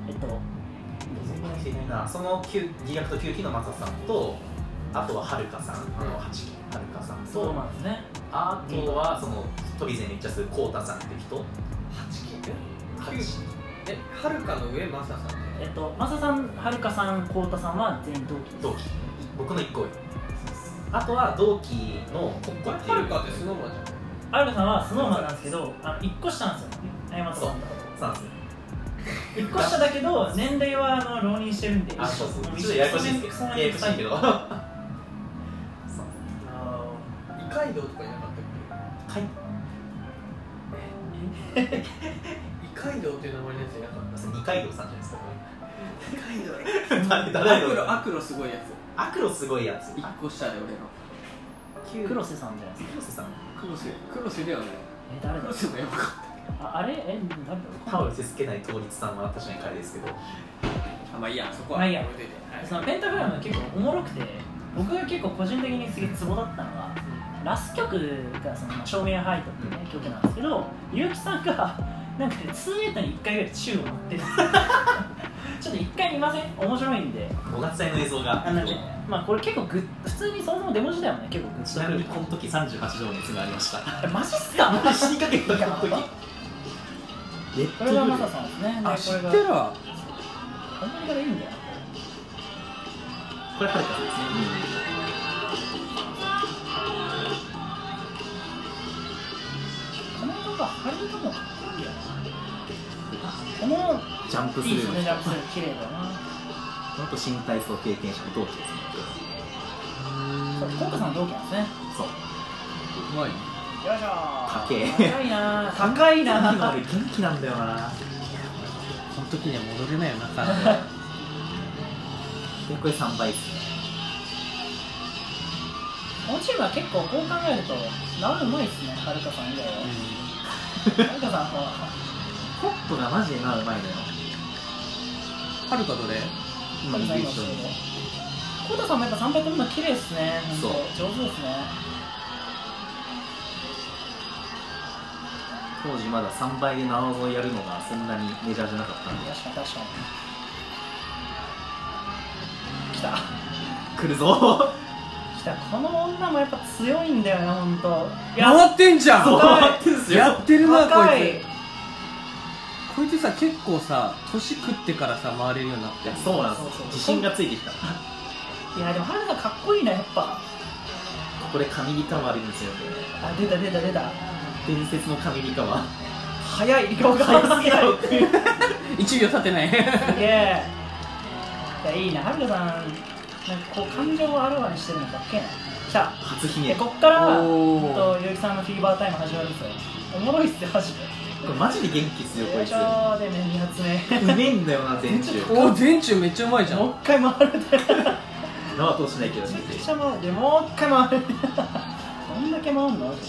S1: えっと
S4: 全然来ていないなその旧リアクト9期のマサさんとあとははるかさんあの8期はるかさん
S1: そう
S4: と
S1: なんですね
S4: あとはその飛び前めっちゃするこうたさんって人
S2: 八期
S4: 8
S2: 九えはるかの上マサさんだよ
S1: えっとマサさんはるかさんこうたさんは全員同期です
S4: 同期僕の1個上あとは同期のコッ
S2: こ
S4: コ
S2: れ
S4: ってい
S2: は
S4: う
S2: るかってスノーマンじゃん
S1: はるかさんはスノーマンなんですけどあの1個下なんですよね山田さんと
S4: そうなんですよ
S1: 1個下だけど年齢はあの浪人してるんで
S4: あ、そうそう。ちょっとややこしいんですけど。ややこしいけど。
S2: あー異界道とかいなかったっ
S4: はい。
S2: け異界道っていう名前のやついなかった
S4: 二階堂さんじゃないですか。
S2: 異界道
S4: 誰
S2: ア
S4: 誰
S2: クロ
S4: だ
S2: アクロすごいやつ
S4: アクロすごいやつ。
S2: 一個下で俺の
S1: 黒瀬さんじゃないですか
S4: 黒瀬さん。
S2: クロスクロスではない
S1: え誰
S2: ク
S1: だ
S2: ロスもよかっ
S1: ああれえ誰だ
S4: タオル手つけない当日さんは確かに彼ですけど。
S2: たあまあいいやそこは
S1: まあいいや
S2: 置とてはい
S1: そのペンタグラム結構おもろくて僕が結構個人的にすげえツボだったのがラス曲がその「照明ハイト」っていうね曲なんですけど結城さんがなんかね2エットに1回ぐらい宙を持ってるちょっと1回見ません面白いんで
S4: 五月祭の映像が。
S1: あのねまあこれ結構グッ普通にそもそもデモ自体もね結構グッ
S4: ち
S1: と
S4: な
S1: く
S4: み
S1: る
S4: にこの時三十八度の熱がありました。
S1: えマジっすか
S4: 死にか けたこの時。レッ
S1: これがマサさんですね
S2: あ
S1: で
S2: 知
S1: これ
S2: っ
S1: が
S2: てるわ
S1: こんなにからいいんだよ
S4: これはるかさんですね。
S1: この曲はハリウッドもかっこいいよなこの
S4: ジャンプ
S1: いいですねジャンプする綺麗だな
S4: 本当新体操経験者同期ですね。
S1: そうコウタさんの同期なんですね
S4: そう。
S2: うまい
S1: よいしょ
S4: 高え
S1: 高いな高いな
S4: 今俺元気なんだよな。
S2: その時には戻れないよな 彼女
S4: でこれ三倍ですね。
S1: このチームは結構こう考えるとなるうまいですねはるかさん以外ははるかさんは
S4: ホットがマジでなうまいのよ。
S2: はるかどれ
S1: 今の最後のコウタさんもやっぱ3倍飛ぶの綺麗ですね
S4: そう
S1: 本当上手ですね
S4: 当時まだ3倍で縄をやるのがそんなにメジャーじゃなかったんで
S1: 確かに確かに来た
S4: 来るぞ
S1: 来たこの女もやっぱ強いんだよな本当いや
S2: 回ってんじゃ
S4: そうん回ってんすよ
S2: やってるなこ
S1: 高
S2: い
S1: い
S2: つこいつさ結構さ年食ってからさ回れるようになって
S4: そうなん
S1: そうそう
S4: 自信がついてきたこ
S1: いやでもはるかかっこいいなやっぱ
S4: こで神リカワあるんですよね
S1: あ出た出た出た
S4: 伝説の神リカワ
S1: 早い顔が早すぎないすげ
S2: 1秒経てない
S1: えいやいいなはるかさんなんかこう感情をあらわにしてるのかっけえな来た
S4: 初
S1: で
S4: 姫
S1: こっから
S2: おー
S1: えっと結城さんのフィーバータイム始まるんですよおもろいっすよマジで
S5: れマジで元気っすよこいつ
S1: ょでね2発目
S5: うめえんだよな電柱
S2: おお電柱めっちゃうまいじゃん
S1: もう一回回るだよ
S5: 縄通しないけど
S1: めちゃ
S5: ね
S1: くちゃ回るでもう一回回るどんだけ回るの回って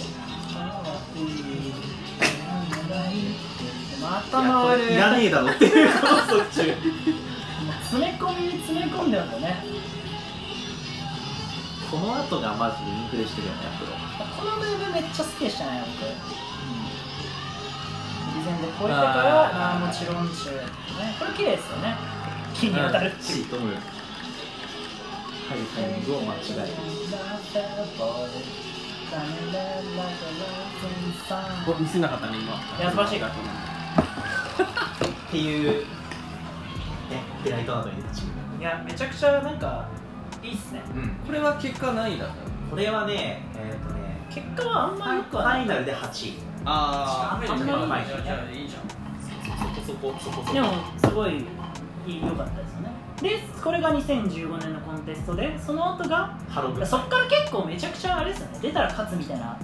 S1: また回る
S5: いらねえだろっていうこのそっちゅう
S1: もう詰め込みに詰め込んでるんだね
S5: この後がマジでインフレしてるよねプロ
S1: このムーブめっちゃ好きでしたね僕以前で超えてから
S2: あー
S1: あーもちろん中、ね、これ綺麗ですよね木に当たるっていう
S5: シートムーン入るタイミングを間違える
S2: お見せなかったね今
S1: いや素晴らしい
S4: っていう、ね、ペナイトなどに出てしま
S1: いやめちゃくちゃなんかいいっすね
S4: う、うん、
S2: これは結果何位だったの
S4: これはねえっ、とね
S1: 結果はあんま良く
S4: フ
S1: はな
S4: ァ
S1: い
S4: イナルで8位
S2: あ
S4: ー
S2: いじゃあいいじゃん
S4: そこそこそこそこ
S1: でもすごい良かったですよねでこれが2015年のコンテストでその後が
S4: ハロブ
S1: そっから結構めちゃくちゃあれですよね出たら勝つみたい な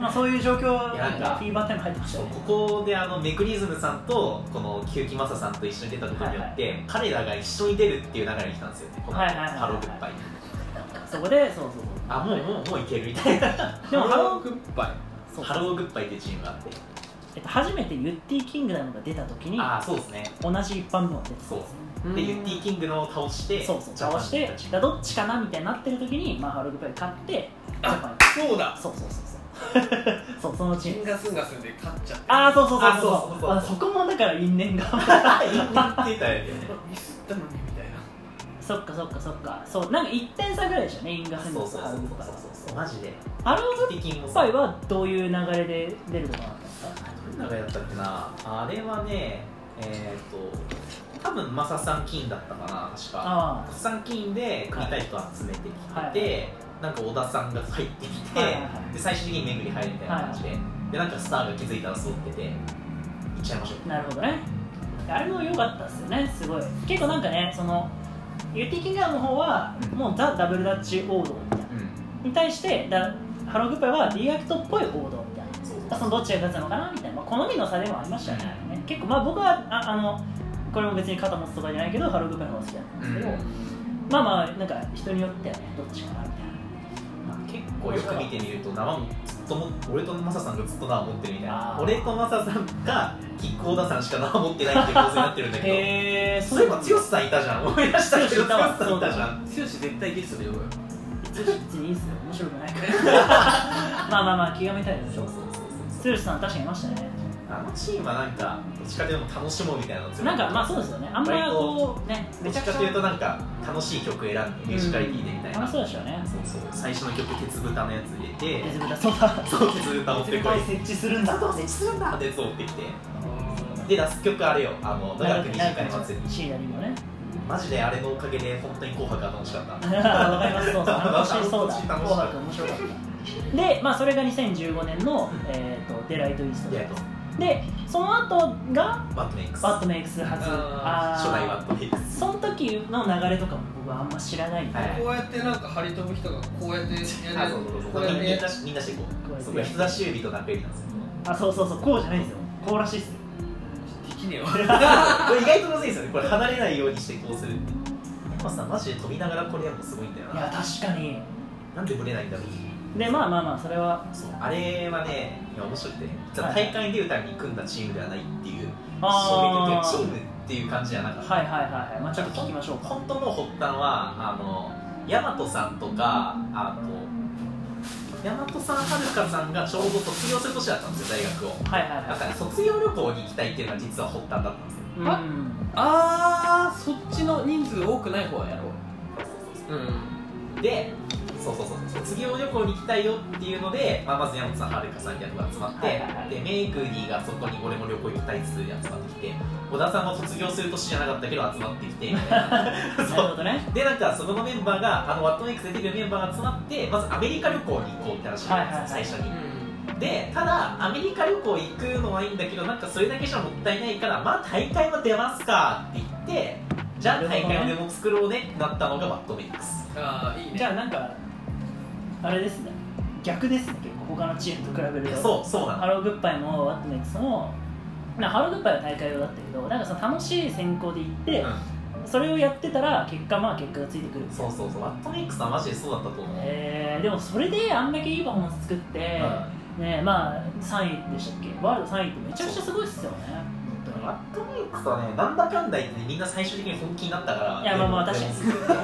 S1: まあそういう状況
S4: いやなんか
S1: フィーバータイム入ってました
S4: そう
S1: よね
S4: ここであのメクリズムさんとこの結城正さんと一緒に出たことによって、彼らが一緒に出るっていう流れに来たんですよねこの
S1: はいはいはいはい
S4: ハローグッバイ
S1: そこでそうそうそう
S4: あもうもうもういけるみたいな
S1: でもハロー
S5: グッバイ
S1: そう
S4: ハローグッバイっていうチームがあって
S1: えっと、初めてユッティ・キングダムが出た時に
S4: ああそうですね
S1: 同じ一般部門出てたんです
S2: うん
S4: でユッティキングのを倒して
S1: そうそう
S4: ジャパ
S1: 倒
S4: ン
S1: し
S4: に
S1: て
S4: 行ったチーム
S1: だどっちかなみたいになってる時に、まあ、ハロルグパイ勝ってジャパンに
S2: そうだ
S1: そうそうそうそう そうそのチーム
S2: ガスンガスンで勝っちゃっ
S1: ああそうそうそう
S4: あ
S1: そ
S4: そうう
S1: そ
S4: そうう
S1: そ
S4: そう
S1: あそこもだから因 縁が
S4: 行ってたよね
S2: ミスったのにみたいな
S1: そっかそっかそっかそうなんか1点差ぐらいでしたねインガ
S4: そ
S1: ス
S4: う
S1: ン
S4: そう
S1: と
S4: そうそう
S1: ハロルグパイ
S4: そうそうマジでユ
S1: ハロルグ
S4: ッティキングも
S1: パ
S4: さ
S1: イはどういう流れで出るとかなんですか
S4: どんな流れだったっけなあれはねえっ、と多分マサさん金だったかな確か
S1: あ
S4: 国産金で組みたい人集めてきてて、なんか小田さんが入ってきて、
S1: あはいはいは
S4: で最終的に巡り入るみたいな感じで、でなんかスターが気づいたら揃ってて行っちゃいましょう
S1: いなるほどねあれも良かったですよねすごい結構なんかねそのユッティ・キングダムの方は
S5: うん
S1: もうザ・ダブルダッチ王道みたいな
S5: うん
S1: に対してだハローグッパイは D アクトっぽい報道みたいな
S4: そう
S1: だそのどっちが勝つのかなみたいな、まあ、好みの差でもありましたよね結構まあ僕はああのこれも別に肩持つとかじゃないけどハローグッパイの方が好きだったんですけど、まあまあなんか人によってはねどっちかなみたいな、まあ、結
S4: こうよく見てみると縄もずっとも俺とマサさんがずっと縄持ってるみたいな俺とマサさんがキック小田さんしか縄持ってないっていう構成になってるんだけど、
S1: へえ
S4: そういえば剛さんいたじゃん思い出したけど
S1: 剛さんい
S4: 剛
S1: たわ
S4: さんいたじゃん
S2: 剛絶対ゲストで呼ぶよ
S1: 別にいいっすよ面白くない からまあまあまあ気がめたいですよ剛さん確かにいましたね
S4: あのチームはなんかどっちかというと楽しもうみたいなの強い
S1: なんかまあそうですよねあんまりこうね
S4: ど
S1: め
S4: っ
S1: ち
S4: ち
S1: ゃく
S4: か
S1: ちゃ
S4: というとなんか楽しい曲選んでミュージカリティでみたいな、
S1: 楽し
S4: そ
S1: そううでしたよね
S4: そう最初の曲「鉄豚」のやつ入れて
S1: リズムだそうだ
S4: そう鉄豚持ってこい
S1: 設置するんだ設置するんだ
S4: 鉄を持ってきてで出す曲あれよあの
S1: 長
S4: 長
S1: く
S4: く
S1: 短
S4: 短
S1: い
S4: い 祭り
S1: シーナリーもね
S4: マジであれのおかげで本当に「紅白」が楽しかっ
S1: わ
S4: た
S1: かりますそうそう楽しそうだ
S4: 楽
S1: 紅
S4: しい楽しい
S1: 白面白かったでまあそれが2015年の「えー、とデライトイースト
S4: い
S1: で
S4: やえっ」と
S1: でその後が
S4: バットメイ
S1: 「
S4: クス
S1: バッ
S4: 初
S1: トメイクス初」
S2: あ
S1: ー
S4: 代バットメイクス
S1: その時の流れとかも僕はあんま知らないんで、
S4: はい
S2: こうやってなんか張り飛ぶ人がこうやってやる
S4: あそうそうそう
S2: こ
S4: そうう
S2: や
S4: み
S2: っ
S4: ん
S2: て
S4: なみんなしてこ
S1: こうやって
S4: うそう人差し指と中指なんですよ
S1: あそうそうそうこうじゃないんですよこうらしいっすよ
S2: できねえわ
S4: これ意外とむずいですよねこれ離れないようにしてこうするってでもさマジで飛びながらこれやるのすごいんだよ
S1: いや
S4: な
S1: 確かに
S4: なんでブレないんだろう
S1: でまあまあまあそれは
S4: そうあれはね、いや面白くて、じゃ
S1: は
S4: あ
S1: い
S4: 大会に出るために組んだチームではないっていう、
S1: ああ
S4: 衝撃的なチームっていう感じじゃなかった、
S1: はいはいはいはいまあちょっと聞きましょうか
S4: 本当の発端は、あの大和さんとか、あと、大和さんはるかさんがちょうど卒業する年だったんですよ、大学を。
S1: はいはい
S4: だ
S1: は
S4: から卒業旅行に行きたいっていうのが実は発端だったんですよ。
S1: いうん
S2: あーそっちの人数多くない方やろううん
S4: でそうそうそう卒業旅行に行きたいよっていうので、まあ、まず山本さんはるかさんみたいなのが集まって、
S1: はいはいはい
S4: でメイクリーがそこに俺も旅行行きたいっつって集まってきて小田さんも卒業する年じゃなかったけど集まってきて
S1: なる
S4: そ
S1: ほどね
S4: うでなんかそこのメンバーがあのワットメイクス出てくるメンバーが集まってまずアメリカ旅行に行こうって話になったんですよ、
S1: はいはいはい
S4: 最初にでただアメリカ旅行行くのはいいんだけどなんかそれだけじゃもったいないからまあ大会は出ますかって言ってじゃあ大会をでも作ろうねってなったのがワットメイクス
S2: ああいいね
S1: じゃあなんかあれですね逆ですね結構他のチームと比べると
S4: そうそうな
S1: ハローグッバイもワットメイクスもなハローグッバイは大会用だったけどなんかその楽しい選考で行って
S4: の、うん、
S1: それをやってたら結果まあ結果がついてくるみたい
S4: そ
S1: な
S4: うそうそうワットメイクさんマジでそうだったと思う、
S1: えーでもそれであんだけいいパフォーマンス作って、ねまあ3位でしたっけワールド3位ってめちゃくちゃすごいっすよね本当に
S4: ワットメイクさねなんだかんだ言ってねみんな最終的に本気になったから
S1: いやまあまあ確かに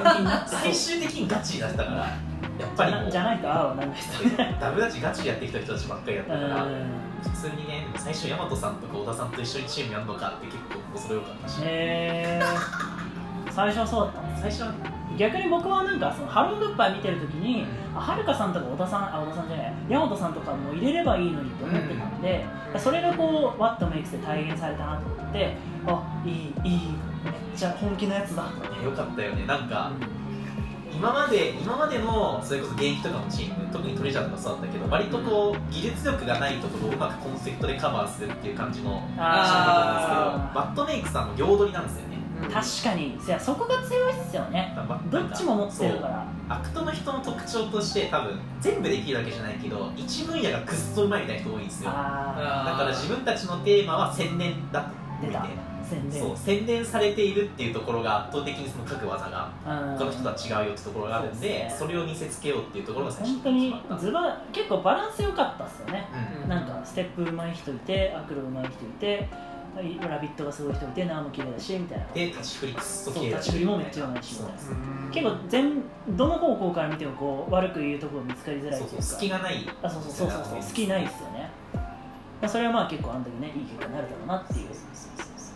S1: 本気になった
S4: 最終的にガチになったからやっぱりもう
S1: じゃないとああはなんないっすよね
S4: ダブダチガチでやってきた人たちばっかりだった
S1: う
S4: から、
S1: ん
S4: 普通にね最初大和さんとか小田さんと一緒にチームやるのかって結構恐れよかったし、
S1: えー最初はそうだったんです
S4: 最初は
S1: 逆に僕はなんかそのハローグッバイ見てるときにあはるかさんとか小田さんあ小田さんじゃない大和さんとかも入れればいいのにって思ってたんで、それがこうワットメイクスで体現されたなと思ってあいいいいめっちゃ本気のやつだと
S4: ねよかったよねなんか今まで今までのそれこそ現役とかのチーム特にトレジャーとかそうだったけど割とこう技術力がないところをうまくコンセプトでカバーするっていう感じの
S2: あ
S4: バットメイクさんの両取りなんですよね
S1: 確かにせやそこが強いっすよね
S4: なんか
S1: どっちも持ってるか
S4: そう
S1: ら
S4: アクトの人の特徴として多分全部できるわけじゃないけど一分野がくっそうまいみたいな人多いんですよだ
S1: あ
S2: あー
S4: から自分たちのテーマは宣伝だって
S1: 出た
S4: て
S1: ー宣伝
S4: そう宣伝されているっていうところが圧倒的にその各技が他の人とは違うよってところがあるん
S1: そう
S4: で
S1: ですね
S4: それを見せつけようっていうところが最初
S1: 本当
S4: に
S1: に
S4: 決まった
S1: ズバ結構バランス良かったっすよね
S4: うん
S1: なんかステップ上手い人いてアクロ上手い人いてラビットがすごい人いて縄も綺麗だしみたいな
S4: で立ち振りくっ
S1: そ
S4: そ
S1: う
S4: 綺麗
S1: 立
S4: だし
S1: ち振りもめっちゃ上手いし
S4: そう
S1: 結構全どの方向から見てもこう悪く言うところ見つかりづらい
S4: そう
S1: ってい
S4: そう
S1: か
S4: う隙がない
S1: あそうそうそうそうそう隙ないですよねまあそれはまあ結構あんだけねいい結果になるだろうなっていう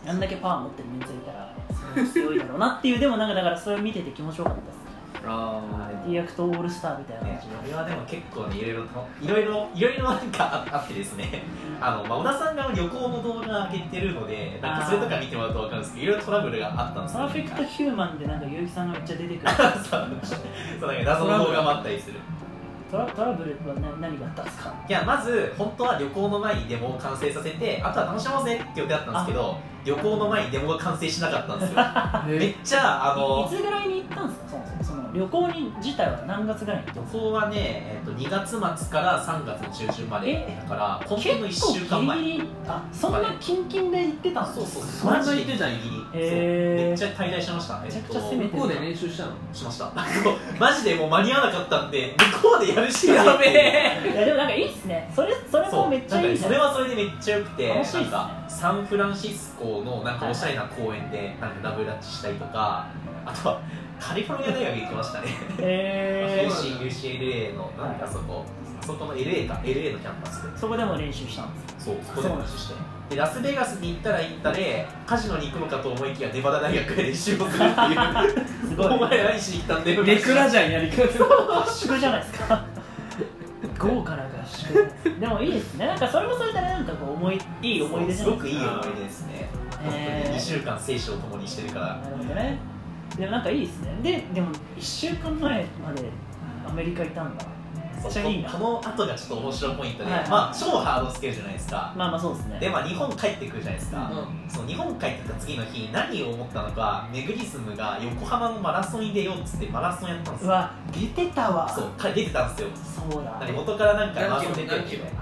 S1: あんだけパワー持ってるメンツがいたらそれは強いだろうなっていうでもなんかだからそれを見てて気持ちよかったですね
S2: あ
S4: あ
S1: ディアクトオールスターみたいな感
S4: ね
S1: じ、
S4: これはでも結構ねいろいろといろいろいろいろなんかあってですね あの、まあ、小田さんが旅行の動画上げてるのでなんかそれとか見てもらうと分かるんですけどいろいろトラブルがあったんです
S1: パ
S4: よ
S1: ーフェクトヒューマンでなんか結城さんがめっちゃ出てくる
S4: そうなんか謎の動画もあったりする
S1: トラトラブルはな何があったんですか
S4: いやまず本当は旅行の前にデモを完成させてあとは楽しもうぜって予定だったんですけど旅行の前にデモが完成しなかった んですよ
S2: あ
S4: めっちゃあの
S1: いつぐらいに行ったんですかそもそもその旅行に自体は何月ぐらいに行った
S4: 旅行はね、えっと2月末から3月の中旬まで
S1: え
S4: だから今週の1
S1: 結構
S4: 週間前
S1: ギリギリあそんなキンキンで行ってたんですか
S4: そう
S2: そんな言ってたんや
S4: そう
S1: へー
S4: めっちゃ滞在しました
S1: めちゃくちゃ攻め
S2: 向こうで練習したの
S4: えっとしました マジでもう間に合わなかったんで向こうでやるしかない
S1: いやでもなんかいいっすねそれそれ
S4: そ
S1: も
S4: う
S1: めっちゃいいじゃ
S4: なんかねそ
S1: ん
S4: れはそれでめっちゃよくて
S1: 楽しいっすね
S4: なんかサンフランシスコのなんかおしゃれな公園でなんかダブルダッチしたりとかあとはカリフォルニア大学行きましたね
S1: え
S4: UC UCLA のなんかそこあそこの LA か LA のキャンパスで
S1: ー、そこでも練習したんです
S4: そうそこでも練習してでラスベガスに行ったら行ったでカジノに行くのかと思いきやネバダ大学で練習をするっていう
S1: すごい
S4: お前何しに来たんだよ
S2: ネクラ
S4: じ
S2: じゃんやり方
S1: 合宿じゃないですか豪華な合宿じゃないですかでもいいですねなんかそれもそれでなんかこう思いいい思い出じゃ
S4: す
S1: な
S4: ご
S1: い
S4: く
S1: で
S4: いい
S1: すか
S4: 思い出ですね本当に
S1: えー
S4: 2週間聖書を共にしてるから
S1: なるほどねでもなんかいいですねででも1週間前までアメリカいたんだめっちゃいいな
S4: この後がちょっと面白いポイントで、
S1: はい
S4: まあ超ハードスケールじゃないですか
S1: まあまあそうですね
S4: でまあ日本帰ってくるじゃないですか、
S2: う
S4: その日本帰ってきた次の日何を思ったのかメグリズムが横浜のマラソンに出ようっつってマラソンやったんです
S1: う
S4: よ
S1: わ出てたわ
S4: そう彼出てたんですよ
S1: そうだ
S4: なんか元からなんかマラ
S2: 何キ
S4: ソ
S2: ロ
S4: ン出てるけど
S2: 何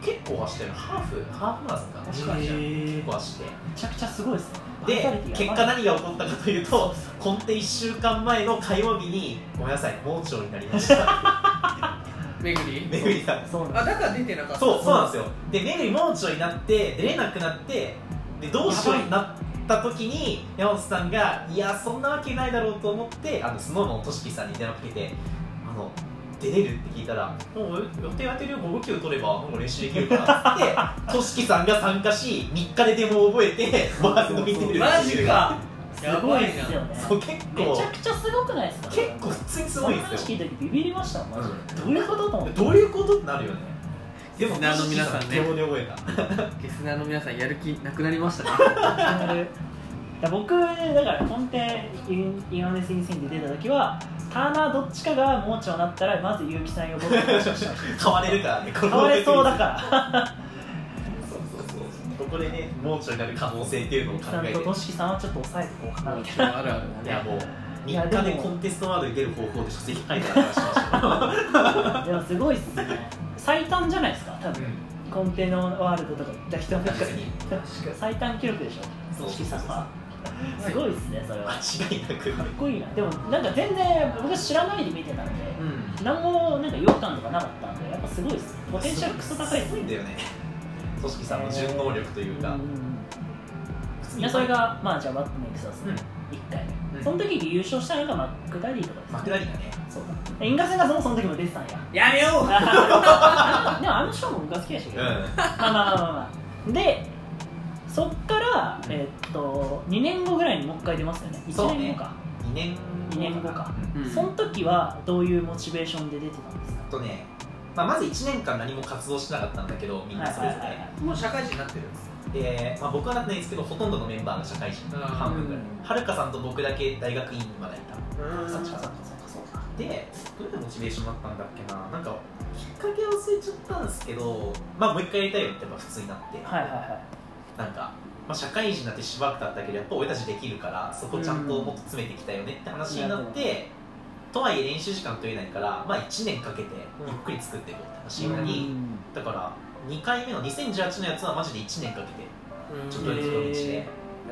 S2: キ
S4: 結構走ってるハーフハーフマラソンかな確か
S1: へ
S4: に
S1: ー
S4: 結構走って
S1: めちゃくちゃすごいですねバイ
S4: で
S1: タリティ
S4: 結
S1: やば
S4: 果何が起こったかというとコンテ1週間前の火曜日にごめんなさい盲腸になりまし た
S2: めぐり
S4: めぐりさん
S1: いそうなんだ
S2: あだから出てなかった
S4: そうそうなんですよでめぐり盲腸になって出れなくなってでどうしようになった時に山本さんがいやそんなわけないだろうと思ってあのスノーマンとしきさんに電話かけてあの出れるって聞いたらもう予定当てるよ5キロ取ればもう練習できるから ってとしきさんが参加し3日でデモを覚えてマラソンに出るっていう
S2: マジかや
S1: すご
S2: ば
S1: い
S2: い
S1: ですよね
S4: そう結
S1: め
S4: 構
S1: ちゃくちゃすごくないですか
S4: 結構普通にすごいんです
S1: そ
S4: よ
S1: の話聞いた時ビビりましたマジで、どういうことと思って
S4: どういうことになるよねでも
S2: リスナーの皆さんね
S4: 秒で覚えた
S2: なゲスナーの皆さんやる気なくなりましたね
S1: だから僕だから本店イイオネスインセンで出た時はターナーどっちかが盲腸になったらまず結城さん呼ぼうって話をした
S4: 変われるからね
S1: 変われそうだ
S4: ら
S1: から
S4: そうそうそうここでね盲腸になる可能性っていうのを考
S1: さん
S4: え
S1: と
S4: て
S1: としきさんはちょっと抑えてこうかなみたい
S2: あるある
S4: いやもう
S1: い
S4: 日
S1: や
S4: 課で
S1: でも
S4: コンテストワードに出る方法で書籍書いた話しま した
S1: でもすごいっすね最短じゃないですか多
S4: けどう
S1: 分、
S4: ん
S1: コンテナワールドとか行った人の中
S4: 確か
S1: で
S4: に
S1: 確か最短記録でしょ
S4: そう
S1: 組織さんはすごいっすねそれはか
S4: 間違いなく
S1: っこいいなでもなんか全然僕知らないで見てたんで、
S4: うん
S1: 何もなんか違和感とかなかったんでやっぱすごいっすポテンシャルクソ高いっ
S4: す
S1: す
S4: ごいんだよね組織さんの純能力というか、
S1: いやそれがまあじゃあバットのエクサス
S4: うん
S1: 1回目、
S4: うん
S1: その時に優勝したのがマックダディとかですね
S4: マクダリがね
S1: そうだインガセンがそもその時も出てたんや
S2: やめよう
S1: でもあの勝負僕は好きでした
S4: う
S1: け
S4: ん
S1: ど、まあまあまあまあまあでそっから、えーっと2年後ぐらいにもう一回出ますよね
S4: そう
S1: 1
S4: ね
S1: 年後か
S4: 2年
S1: 2年後か
S4: うん
S1: そ,、の時はどういうモチベーションで出てたんですか
S4: あとね、まあ、まず1年間何も活動してなかったんだけどみんなそれぞれ、
S1: はいはいはいはい
S2: もう社会人になってる
S4: で、まあ、僕はなってないですけどほとんどのメンバーが社会人
S2: あー
S4: 半分ぐらい
S1: うん
S4: はるかさんと僕だけ大学院までいた
S1: そっ
S4: ん
S1: ちかそっかそっかそっか
S4: でどういうモチベーションだったんだっけななんかきっかけ忘れちゃったんですけどまあもう一回やりたいよってやっぱ普通になって、
S1: はいはいは
S4: なんか、まあ、社会人になってしばらく経ったけどやっぱ俺たちできるからそこちゃんともっと詰めていきたいよねって話になって、とはいえ練習時間取れないから、まあ、1年かけてゆっくり作っていこうって話
S1: い
S4: になり、
S1: うん
S4: だから2回目の2018のやつはマジで1年かけてちょっとずつの道でや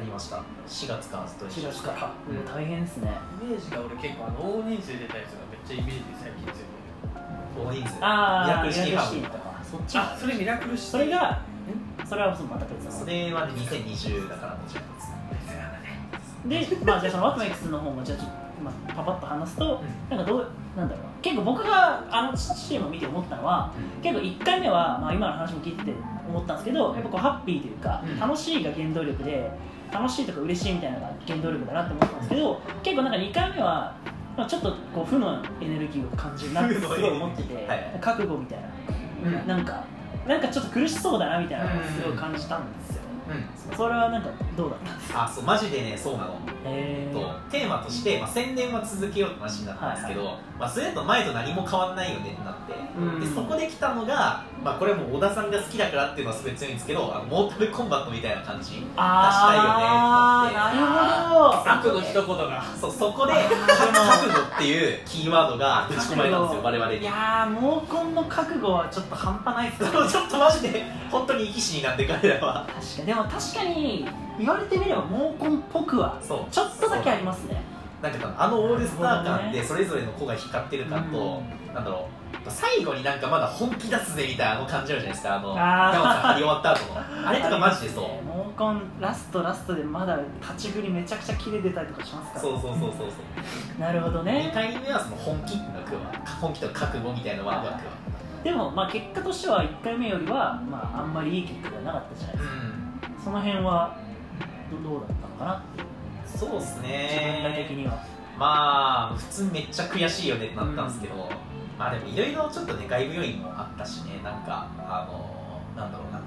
S4: りました4月からずっと一緒
S1: 4
S4: に
S1: 月から、もう大変ですね
S2: イメージが俺結構あの大人数で出たやつがめっちゃイメージ最近強い
S4: 大人数
S1: ああ
S4: ミラクルシティハーブ
S1: とかそっち
S2: あそれミラクルして
S1: それがんそれはまた別なの
S4: それはね2020だからもちろんです
S1: で、まあ、じゃあそのワクワクスの方もじゃあちょっと、まあ、パパッと話すと、なんかどうなんだろうな結構僕があのチームを見て思ったのは結構1回目は、まあ、今の話も聞いてて思ったんですけどやっぱこうハッピーというか、
S4: うん
S1: 楽しいが原動力で楽しいとか嬉しいみたいなのが原動力だなって思ったんですけど結構なんか2回目はまあちょっとこう負のエネルギーを感じるな ってすごい思ってて、
S4: 負のエネルギーはい
S1: 覚悟みたいな、
S4: うん
S1: なんかなんかちょっと苦しそうだなみたいなのをすごい感じたんですよ、
S4: うん
S1: それはなんかどうだったんですか
S4: あそうマジでねそうなの
S1: え
S4: とテーマとして、まあ、宣伝は続けようって話になったんですけど、まあ、それだと前と何も変わんないよねってなって、
S1: うん
S4: でそこで来たのが、まあ、これはもう小田さんが好きだからっていうのはすごい強いんですけどあのモータルコンバットみたいな感じ
S1: あー
S4: 出したいよね
S1: な
S2: 悪の一言が
S4: そうそこで覚悟っていうキーワードが打ち込まれた んですよ我々
S1: るほどい
S4: に
S1: やー毛根の覚悟はちょっと半端ないっすね
S4: でもちょっとマジで本当に生き死になんで彼らは
S1: 確かにでも確かに言われてみれば毛根っぽくは
S4: そう
S1: ちょっとだけありますね
S4: なんかあのオールスター感でそれぞれの子が光ってる感と、
S1: う
S4: なんだろう最後になんかまだ本気出すぜみたいなあの感じあるじゃないですかあの
S1: あー
S4: 山さん張り終わった後のあれとかマジでそう
S1: 毛根ラストラストでまだ立ち振りめちゃくちゃ切れ出たりとかしますから
S4: そうそうそうそうそう
S1: なるほど
S4: 2
S1: ね
S4: 回目はその本気っていうのが来るわ本気と覚悟みたいなワードが来るわ
S1: でもまあ結果としては1回目よりはまああんまりいい結果がなかったじゃないですか
S4: うん
S1: その辺はどどうだったのかなっていう
S4: そうっす
S1: 自分ら
S4: ね
S1: 的には
S4: まあ普通にめっちゃ悔しいよねってなったんですけど、まあでもいろいろちょっとね外部要因もあったしねなんかあのなんだろうな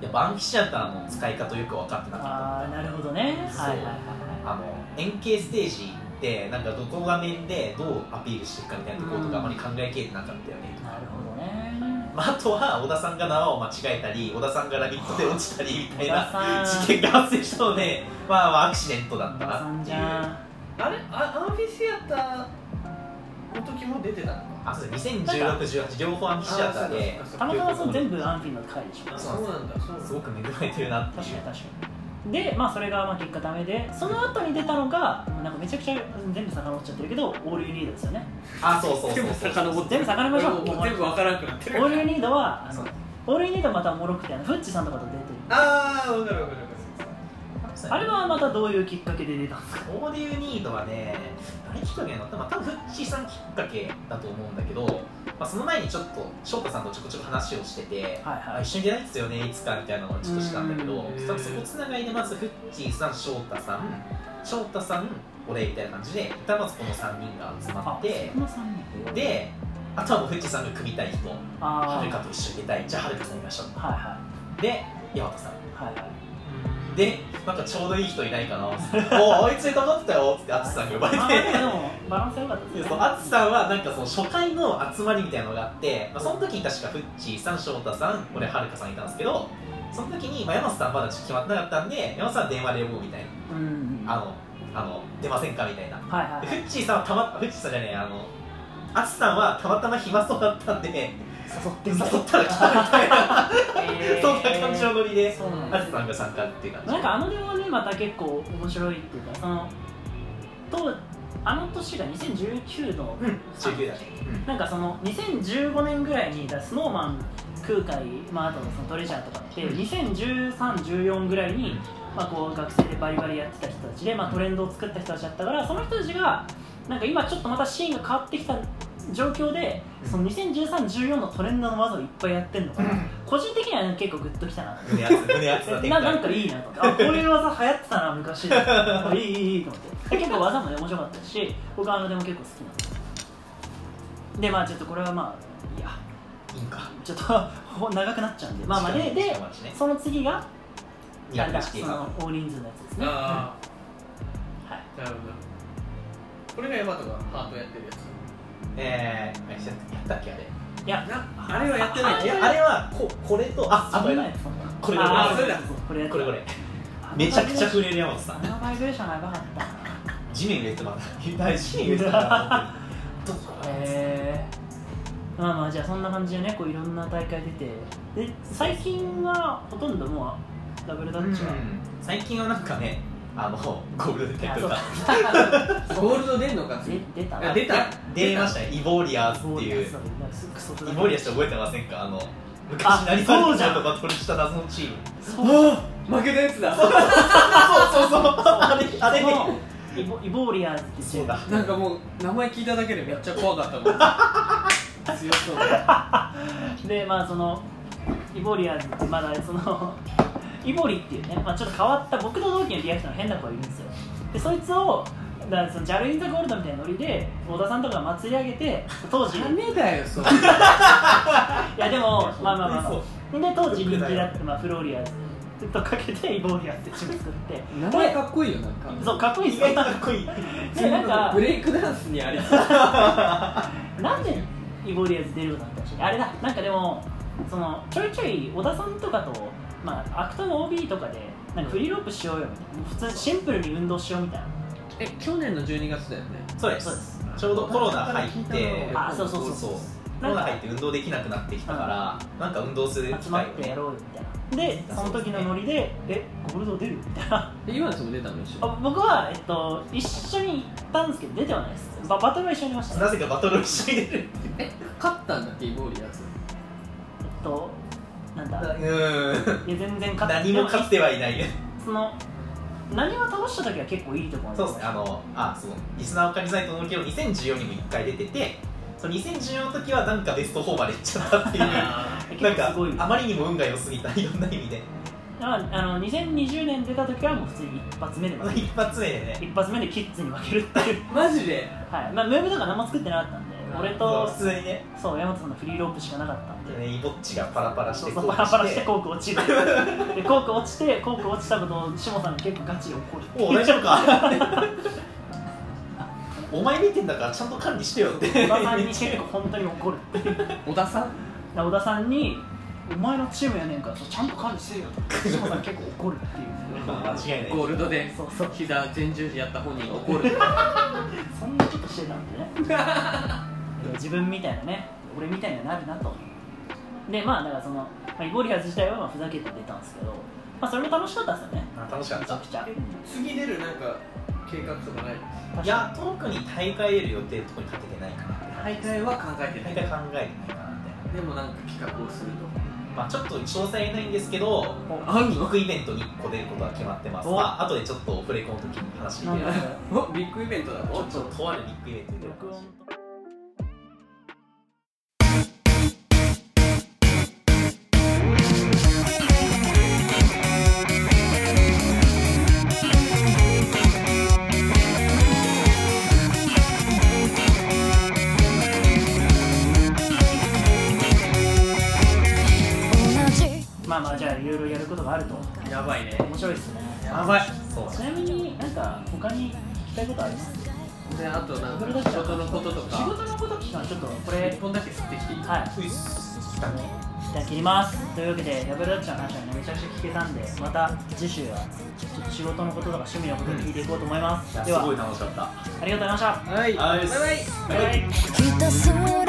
S4: やっぱ暗記シアターの使い方よく分かってなかった
S1: ああなるほどね
S4: そう
S1: はいはいはいはい
S4: あの円形ステージってなんかどこ画面でどうアピールしていくかみたいなところとかあまり考えきれてなかったよねとか、
S1: なるほどね
S4: まあ、あとは小田さんが縄を間違えたり小田さんが「ラビット!」で落ちたりみたいな
S1: 小田さん
S4: 事件が発生したので、まあ、まあアクシデントだった
S1: 皆さ
S4: なっ
S1: ん
S4: て
S1: じ
S4: いう
S1: ゃ
S4: あ
S1: ん
S2: あれあアンフィシアターの時も出てたの
S4: そう201618両方アンキシアターで
S1: たまたまそう全部アンフィの回でしょ
S4: あ
S2: そうなんだそうなんだ
S4: すごく恵まれてるなってい
S1: 確かに
S4: う
S1: 確かにでまあそれがまあ結果ダメでその後に出たのがなんかめちゃくちゃ全部遡っちゃってるけどオールユニードです よね
S4: あそうそうそうそう
S2: 遡って
S1: 全部遡りましょう
S2: もう全部わからなくなって
S1: オー
S2: る
S1: ルユニードはあ
S4: そ
S1: の
S4: う
S1: オールユニードまたおもろくてあのフッチさんとかと出てる
S2: ああわかるわかるわか
S1: あれはまたどういうきっかけで出たんですか
S4: オーディーニードはね、誰きっかけなのまあ、多分フッチーさんきっかけだと思うんだけど、まあ、その前にちょっと翔太さんとちょこちょこ話をしてて、
S1: はい
S4: あ
S1: はい
S4: 一緒に出ないっすよね、いつかみたいなのをちょっとしたんだけど、
S2: う
S4: 多
S2: ん
S4: 分そこつながりでまずフッチーさん、翔太さん、翔太さん、俺みたいな感じで、一旦まずこの3人が集ま
S1: あ
S4: って
S1: そ、の3人
S4: で、あとはもうフッチーさんが組みたい人、
S1: ああ
S4: は
S1: は
S4: る
S1: い
S4: かと一緒に出たい、じゃあはるかさんいましょ。
S1: はいう
S4: で、八幡さん。
S1: はいはい
S2: る で
S4: で、なんかちょうどいい人いないか な、おうあいつに黙ってたよって、淳さんが呼ばれ
S1: あ
S4: て。
S1: ーでもバランス良かったです
S4: で
S1: ね
S4: そうアツさんはなんかその初回の集まりみたいなのがあって、まあ、その時に確かフッチーさん翔太さん俺はるかさんいたんですけどその時に、まあ、山瀬さんまだちょっと決まってなかったんで山瀬さん電話で呼ぼうみたい
S1: うんうん
S4: なあのあの出ませんかみたいな
S1: はいはい
S4: で
S1: はい
S4: フッチーさんはたまフッチーさんじゃねえあのアツさんはたまたま暇そうだったんで
S1: 誘って
S4: 誘
S1: み
S4: ったたら
S1: い
S4: 来たみたい な
S1: えー
S4: そんな感じのノリで
S1: そうなん
S4: ア
S1: で
S4: ツ
S1: す
S4: さんが参加っていう感じ
S1: なんかあの電話ねまた結構面白いっていうかそのとあの年が2019の
S4: うん19だね
S1: なんかその2015年ぐらいにだスノーマン空海、まあ、あとそのトレジャーとかって、
S4: うん
S1: 201314ぐらいに、
S4: うん
S1: まあ、こう学生でバリバリやってた人たちで、まあ、トレンドを作った人たちだったからその人たちがなんか今ちょっとまたシーンが変わってきた状況でその201314のトレンドの技をいっぱいやってんのかな、個人的には、ね、結構グッときたな
S4: 胸アツ胸アツな展
S1: な
S4: 開
S1: なんかいいなと思ってあこういう技流行ってたな昔あいいいいいいと思って結構技もね面白かったし僕はあのでも結構好きなんですでまあちょっとこれはまあいや
S4: いいか
S1: ちょっと 長くなっちゃうんでまあまあでで
S4: 近町ね
S1: その次があれだそ
S4: 280さ
S1: の
S4: ん
S1: 大人数のやつですね
S2: あ
S1: うんはい
S2: あなるほどこれがヤマトがハートやってるや
S4: えー、やったっけあれ
S1: いや
S2: つなあれはやってない
S4: いやあれはここれとああこ
S1: 危
S4: れ
S1: ない
S4: だ
S1: そんな
S4: これこれ
S1: あー
S2: それだ
S1: これやってた
S4: これこれめちゃくちゃ
S1: あのバイブレーシ
S4: 震える山本
S1: ョ
S4: さ
S1: ン
S4: ん
S1: あのバイブレーションがやばかったな
S4: 地面揺れてまだ大地面揺れてたからどこ
S1: へ
S4: だ
S1: えまあまあじゃあそんな感じでねこういろんな大会出てで最近はほとんどもうダブルダッチは、
S4: 最近はなんかねあのゴールドテッ
S1: あ
S4: ク
S1: そう
S4: が
S1: か
S2: ゴールド出んのか次
S1: で出た
S2: あ出た
S4: 出ましたねイボリアーズっていう
S1: そうそうクソ
S4: イボリアーズって覚えてませんかあの昔成田
S1: そうじゃん
S4: とバトルした謎のチーム
S1: そう
S2: 負けたやつだ
S4: そうそうそうあれあれね
S1: イボイボーリアーズって
S4: そうだ
S2: なんかもう名前聞いただけでめっちゃ怖かったもん強そうだ
S1: でまあそのイボリアーズってまだそのイボリっていうね、まあ、ちょっと変わった僕の同期のリアクションの変な子がいるんですよでそいつをだからそのジャルイン・ザ・ゴールドみたいなノリで小田さんとかが祭り上げて当 時
S2: ダメだよそう
S1: いやでもまあまあまあ、ま
S4: そう
S1: あ、で当時人気だった、まあ、フローリアーズとかけてイボーリアーズってチーム作って
S2: 名前かっこいいよなんか
S1: そうかっこいいで
S4: 意
S1: すよ
S4: 外とかっこいい
S1: でなんか
S2: ブレイクダンスにありそう
S1: なんでイボーリアーズ出ることになったしあれだなんかでもそのちょいちょい小田さんとかと、まあ、アクトの OB とかでなんかフリーロープしようよみたいな普通にシンプルに運動しようみたいな
S2: え去年の12月だよね
S4: そうで
S1: そうですす
S4: ちょうどコロナ入って
S1: あそうそうそう
S4: そうコ
S1: なん
S4: ロナ
S1: か
S4: 入って運動できなくなってきたからなんか運動する機
S1: 集ま
S4: 会
S1: っ
S4: を
S1: てや
S4: ね
S1: ろうよみたいなでその時のノリで「えゴールド出る?」みたいな
S2: え今のつも出たの一緒
S1: あ僕は、えっと、一緒に行ったんですけど出てはないですババトルは一緒にいました
S4: なぜかバトルを一緒に出る
S2: 勝ったんだってイボーリアーズ
S1: えっとなんだ
S4: うん
S1: いや全然勝っ
S4: 何も勝ってはいない
S1: その何を倒した時は結構いいところ
S4: そうですね、あの、あ、そう、リスナーお借りサイトのけど、2014にも1回出てて、その2014の時はなんかベスト4まで行っちゃったっていう、
S1: 結
S4: なん
S1: 構
S4: か
S1: すごい、
S4: あまりにも運が良すぎた、いろんな意味で。
S1: だからあの2020年出た時はもう普通に一発目で
S4: あの
S1: 負ける
S4: 一発目でね、
S1: 一発目でキッズに負けるって いう
S2: マジで
S1: はいまあムーブとか何も作ってなかったんで俺と
S4: そう普通にね、
S1: そう山本さんのフリーロープしかなかったんで
S4: イボッチがパラパラし
S1: そう
S4: て、
S1: そう
S4: こ
S1: パ
S4: う
S1: ラパラして
S4: して
S1: コーク落ちるでコーク落ちてコーク落ちたことを下さんが結構ガチで怒る
S4: もう大丈夫かお前見てんだからちゃんと管理してよって。
S1: 小田さんに結構本当に怒るっていう
S2: 小田さん
S1: で小田さんに「お前のチームやねんからそうちゃんと管理せえよ」と下さん結構怒るっていう
S4: 間違いない。
S2: ゴールドで
S1: そうそう
S2: 膝前十字やった本人が怒る
S1: そんなことしてたんでね自分みたいなね俺みたいになるなとでまあだからその、まあ、イボリアーズ自体はまあふざけて出たんですけど、まあ、それも楽しかったですよね
S4: あ楽しかっ
S1: めちゃ
S4: た。
S1: くちゃ
S2: 次出るなんか計画とかない
S1: うん
S4: いや、特に大会出る予定とかに立ててないかなって
S2: 大会は考えてな
S4: 大
S2: い
S4: 会考えてないかなって。
S2: でもなんか企画をすると
S4: まあ、ちょっと詳細はないんですけど、
S2: あん
S4: ビッグイベントに1個出ることは決まってます。
S1: お
S4: まあ、後でちょっとオフレコの時に話して
S1: な
S4: み
S1: ん
S4: る
S1: だろう
S2: おビッグイベントだ
S4: ちょ
S2: と
S4: っととあるビッグイベントに出る
S1: 録音とまあまあじゃあいろいろやることがあると
S2: やばいね
S1: 面白いですね
S2: やばい
S4: そう
S1: ちなみになんか他に聞きたいことあります
S2: であとなん
S1: こ
S2: か
S1: れだけ
S2: 仕事のことと
S1: 仕
S2: か
S1: 事のこと期間ちょっとこ
S2: これ
S1: れ
S2: 1本だけ吸ってきていい
S1: はい
S4: いっす
S1: あの一旦切りますというわけでヤブルダッチの話はねめちゃくちゃ聞けたんでまた次週はちょっと仕事のこととか趣味のことを聞いていこうと思います、
S4: いやす
S1: では
S4: ごい楽しかった
S1: ありがとうございました
S2: はい
S4: は
S2: バ
S4: い
S2: イバイ
S4: バイバイ
S3: ひたすら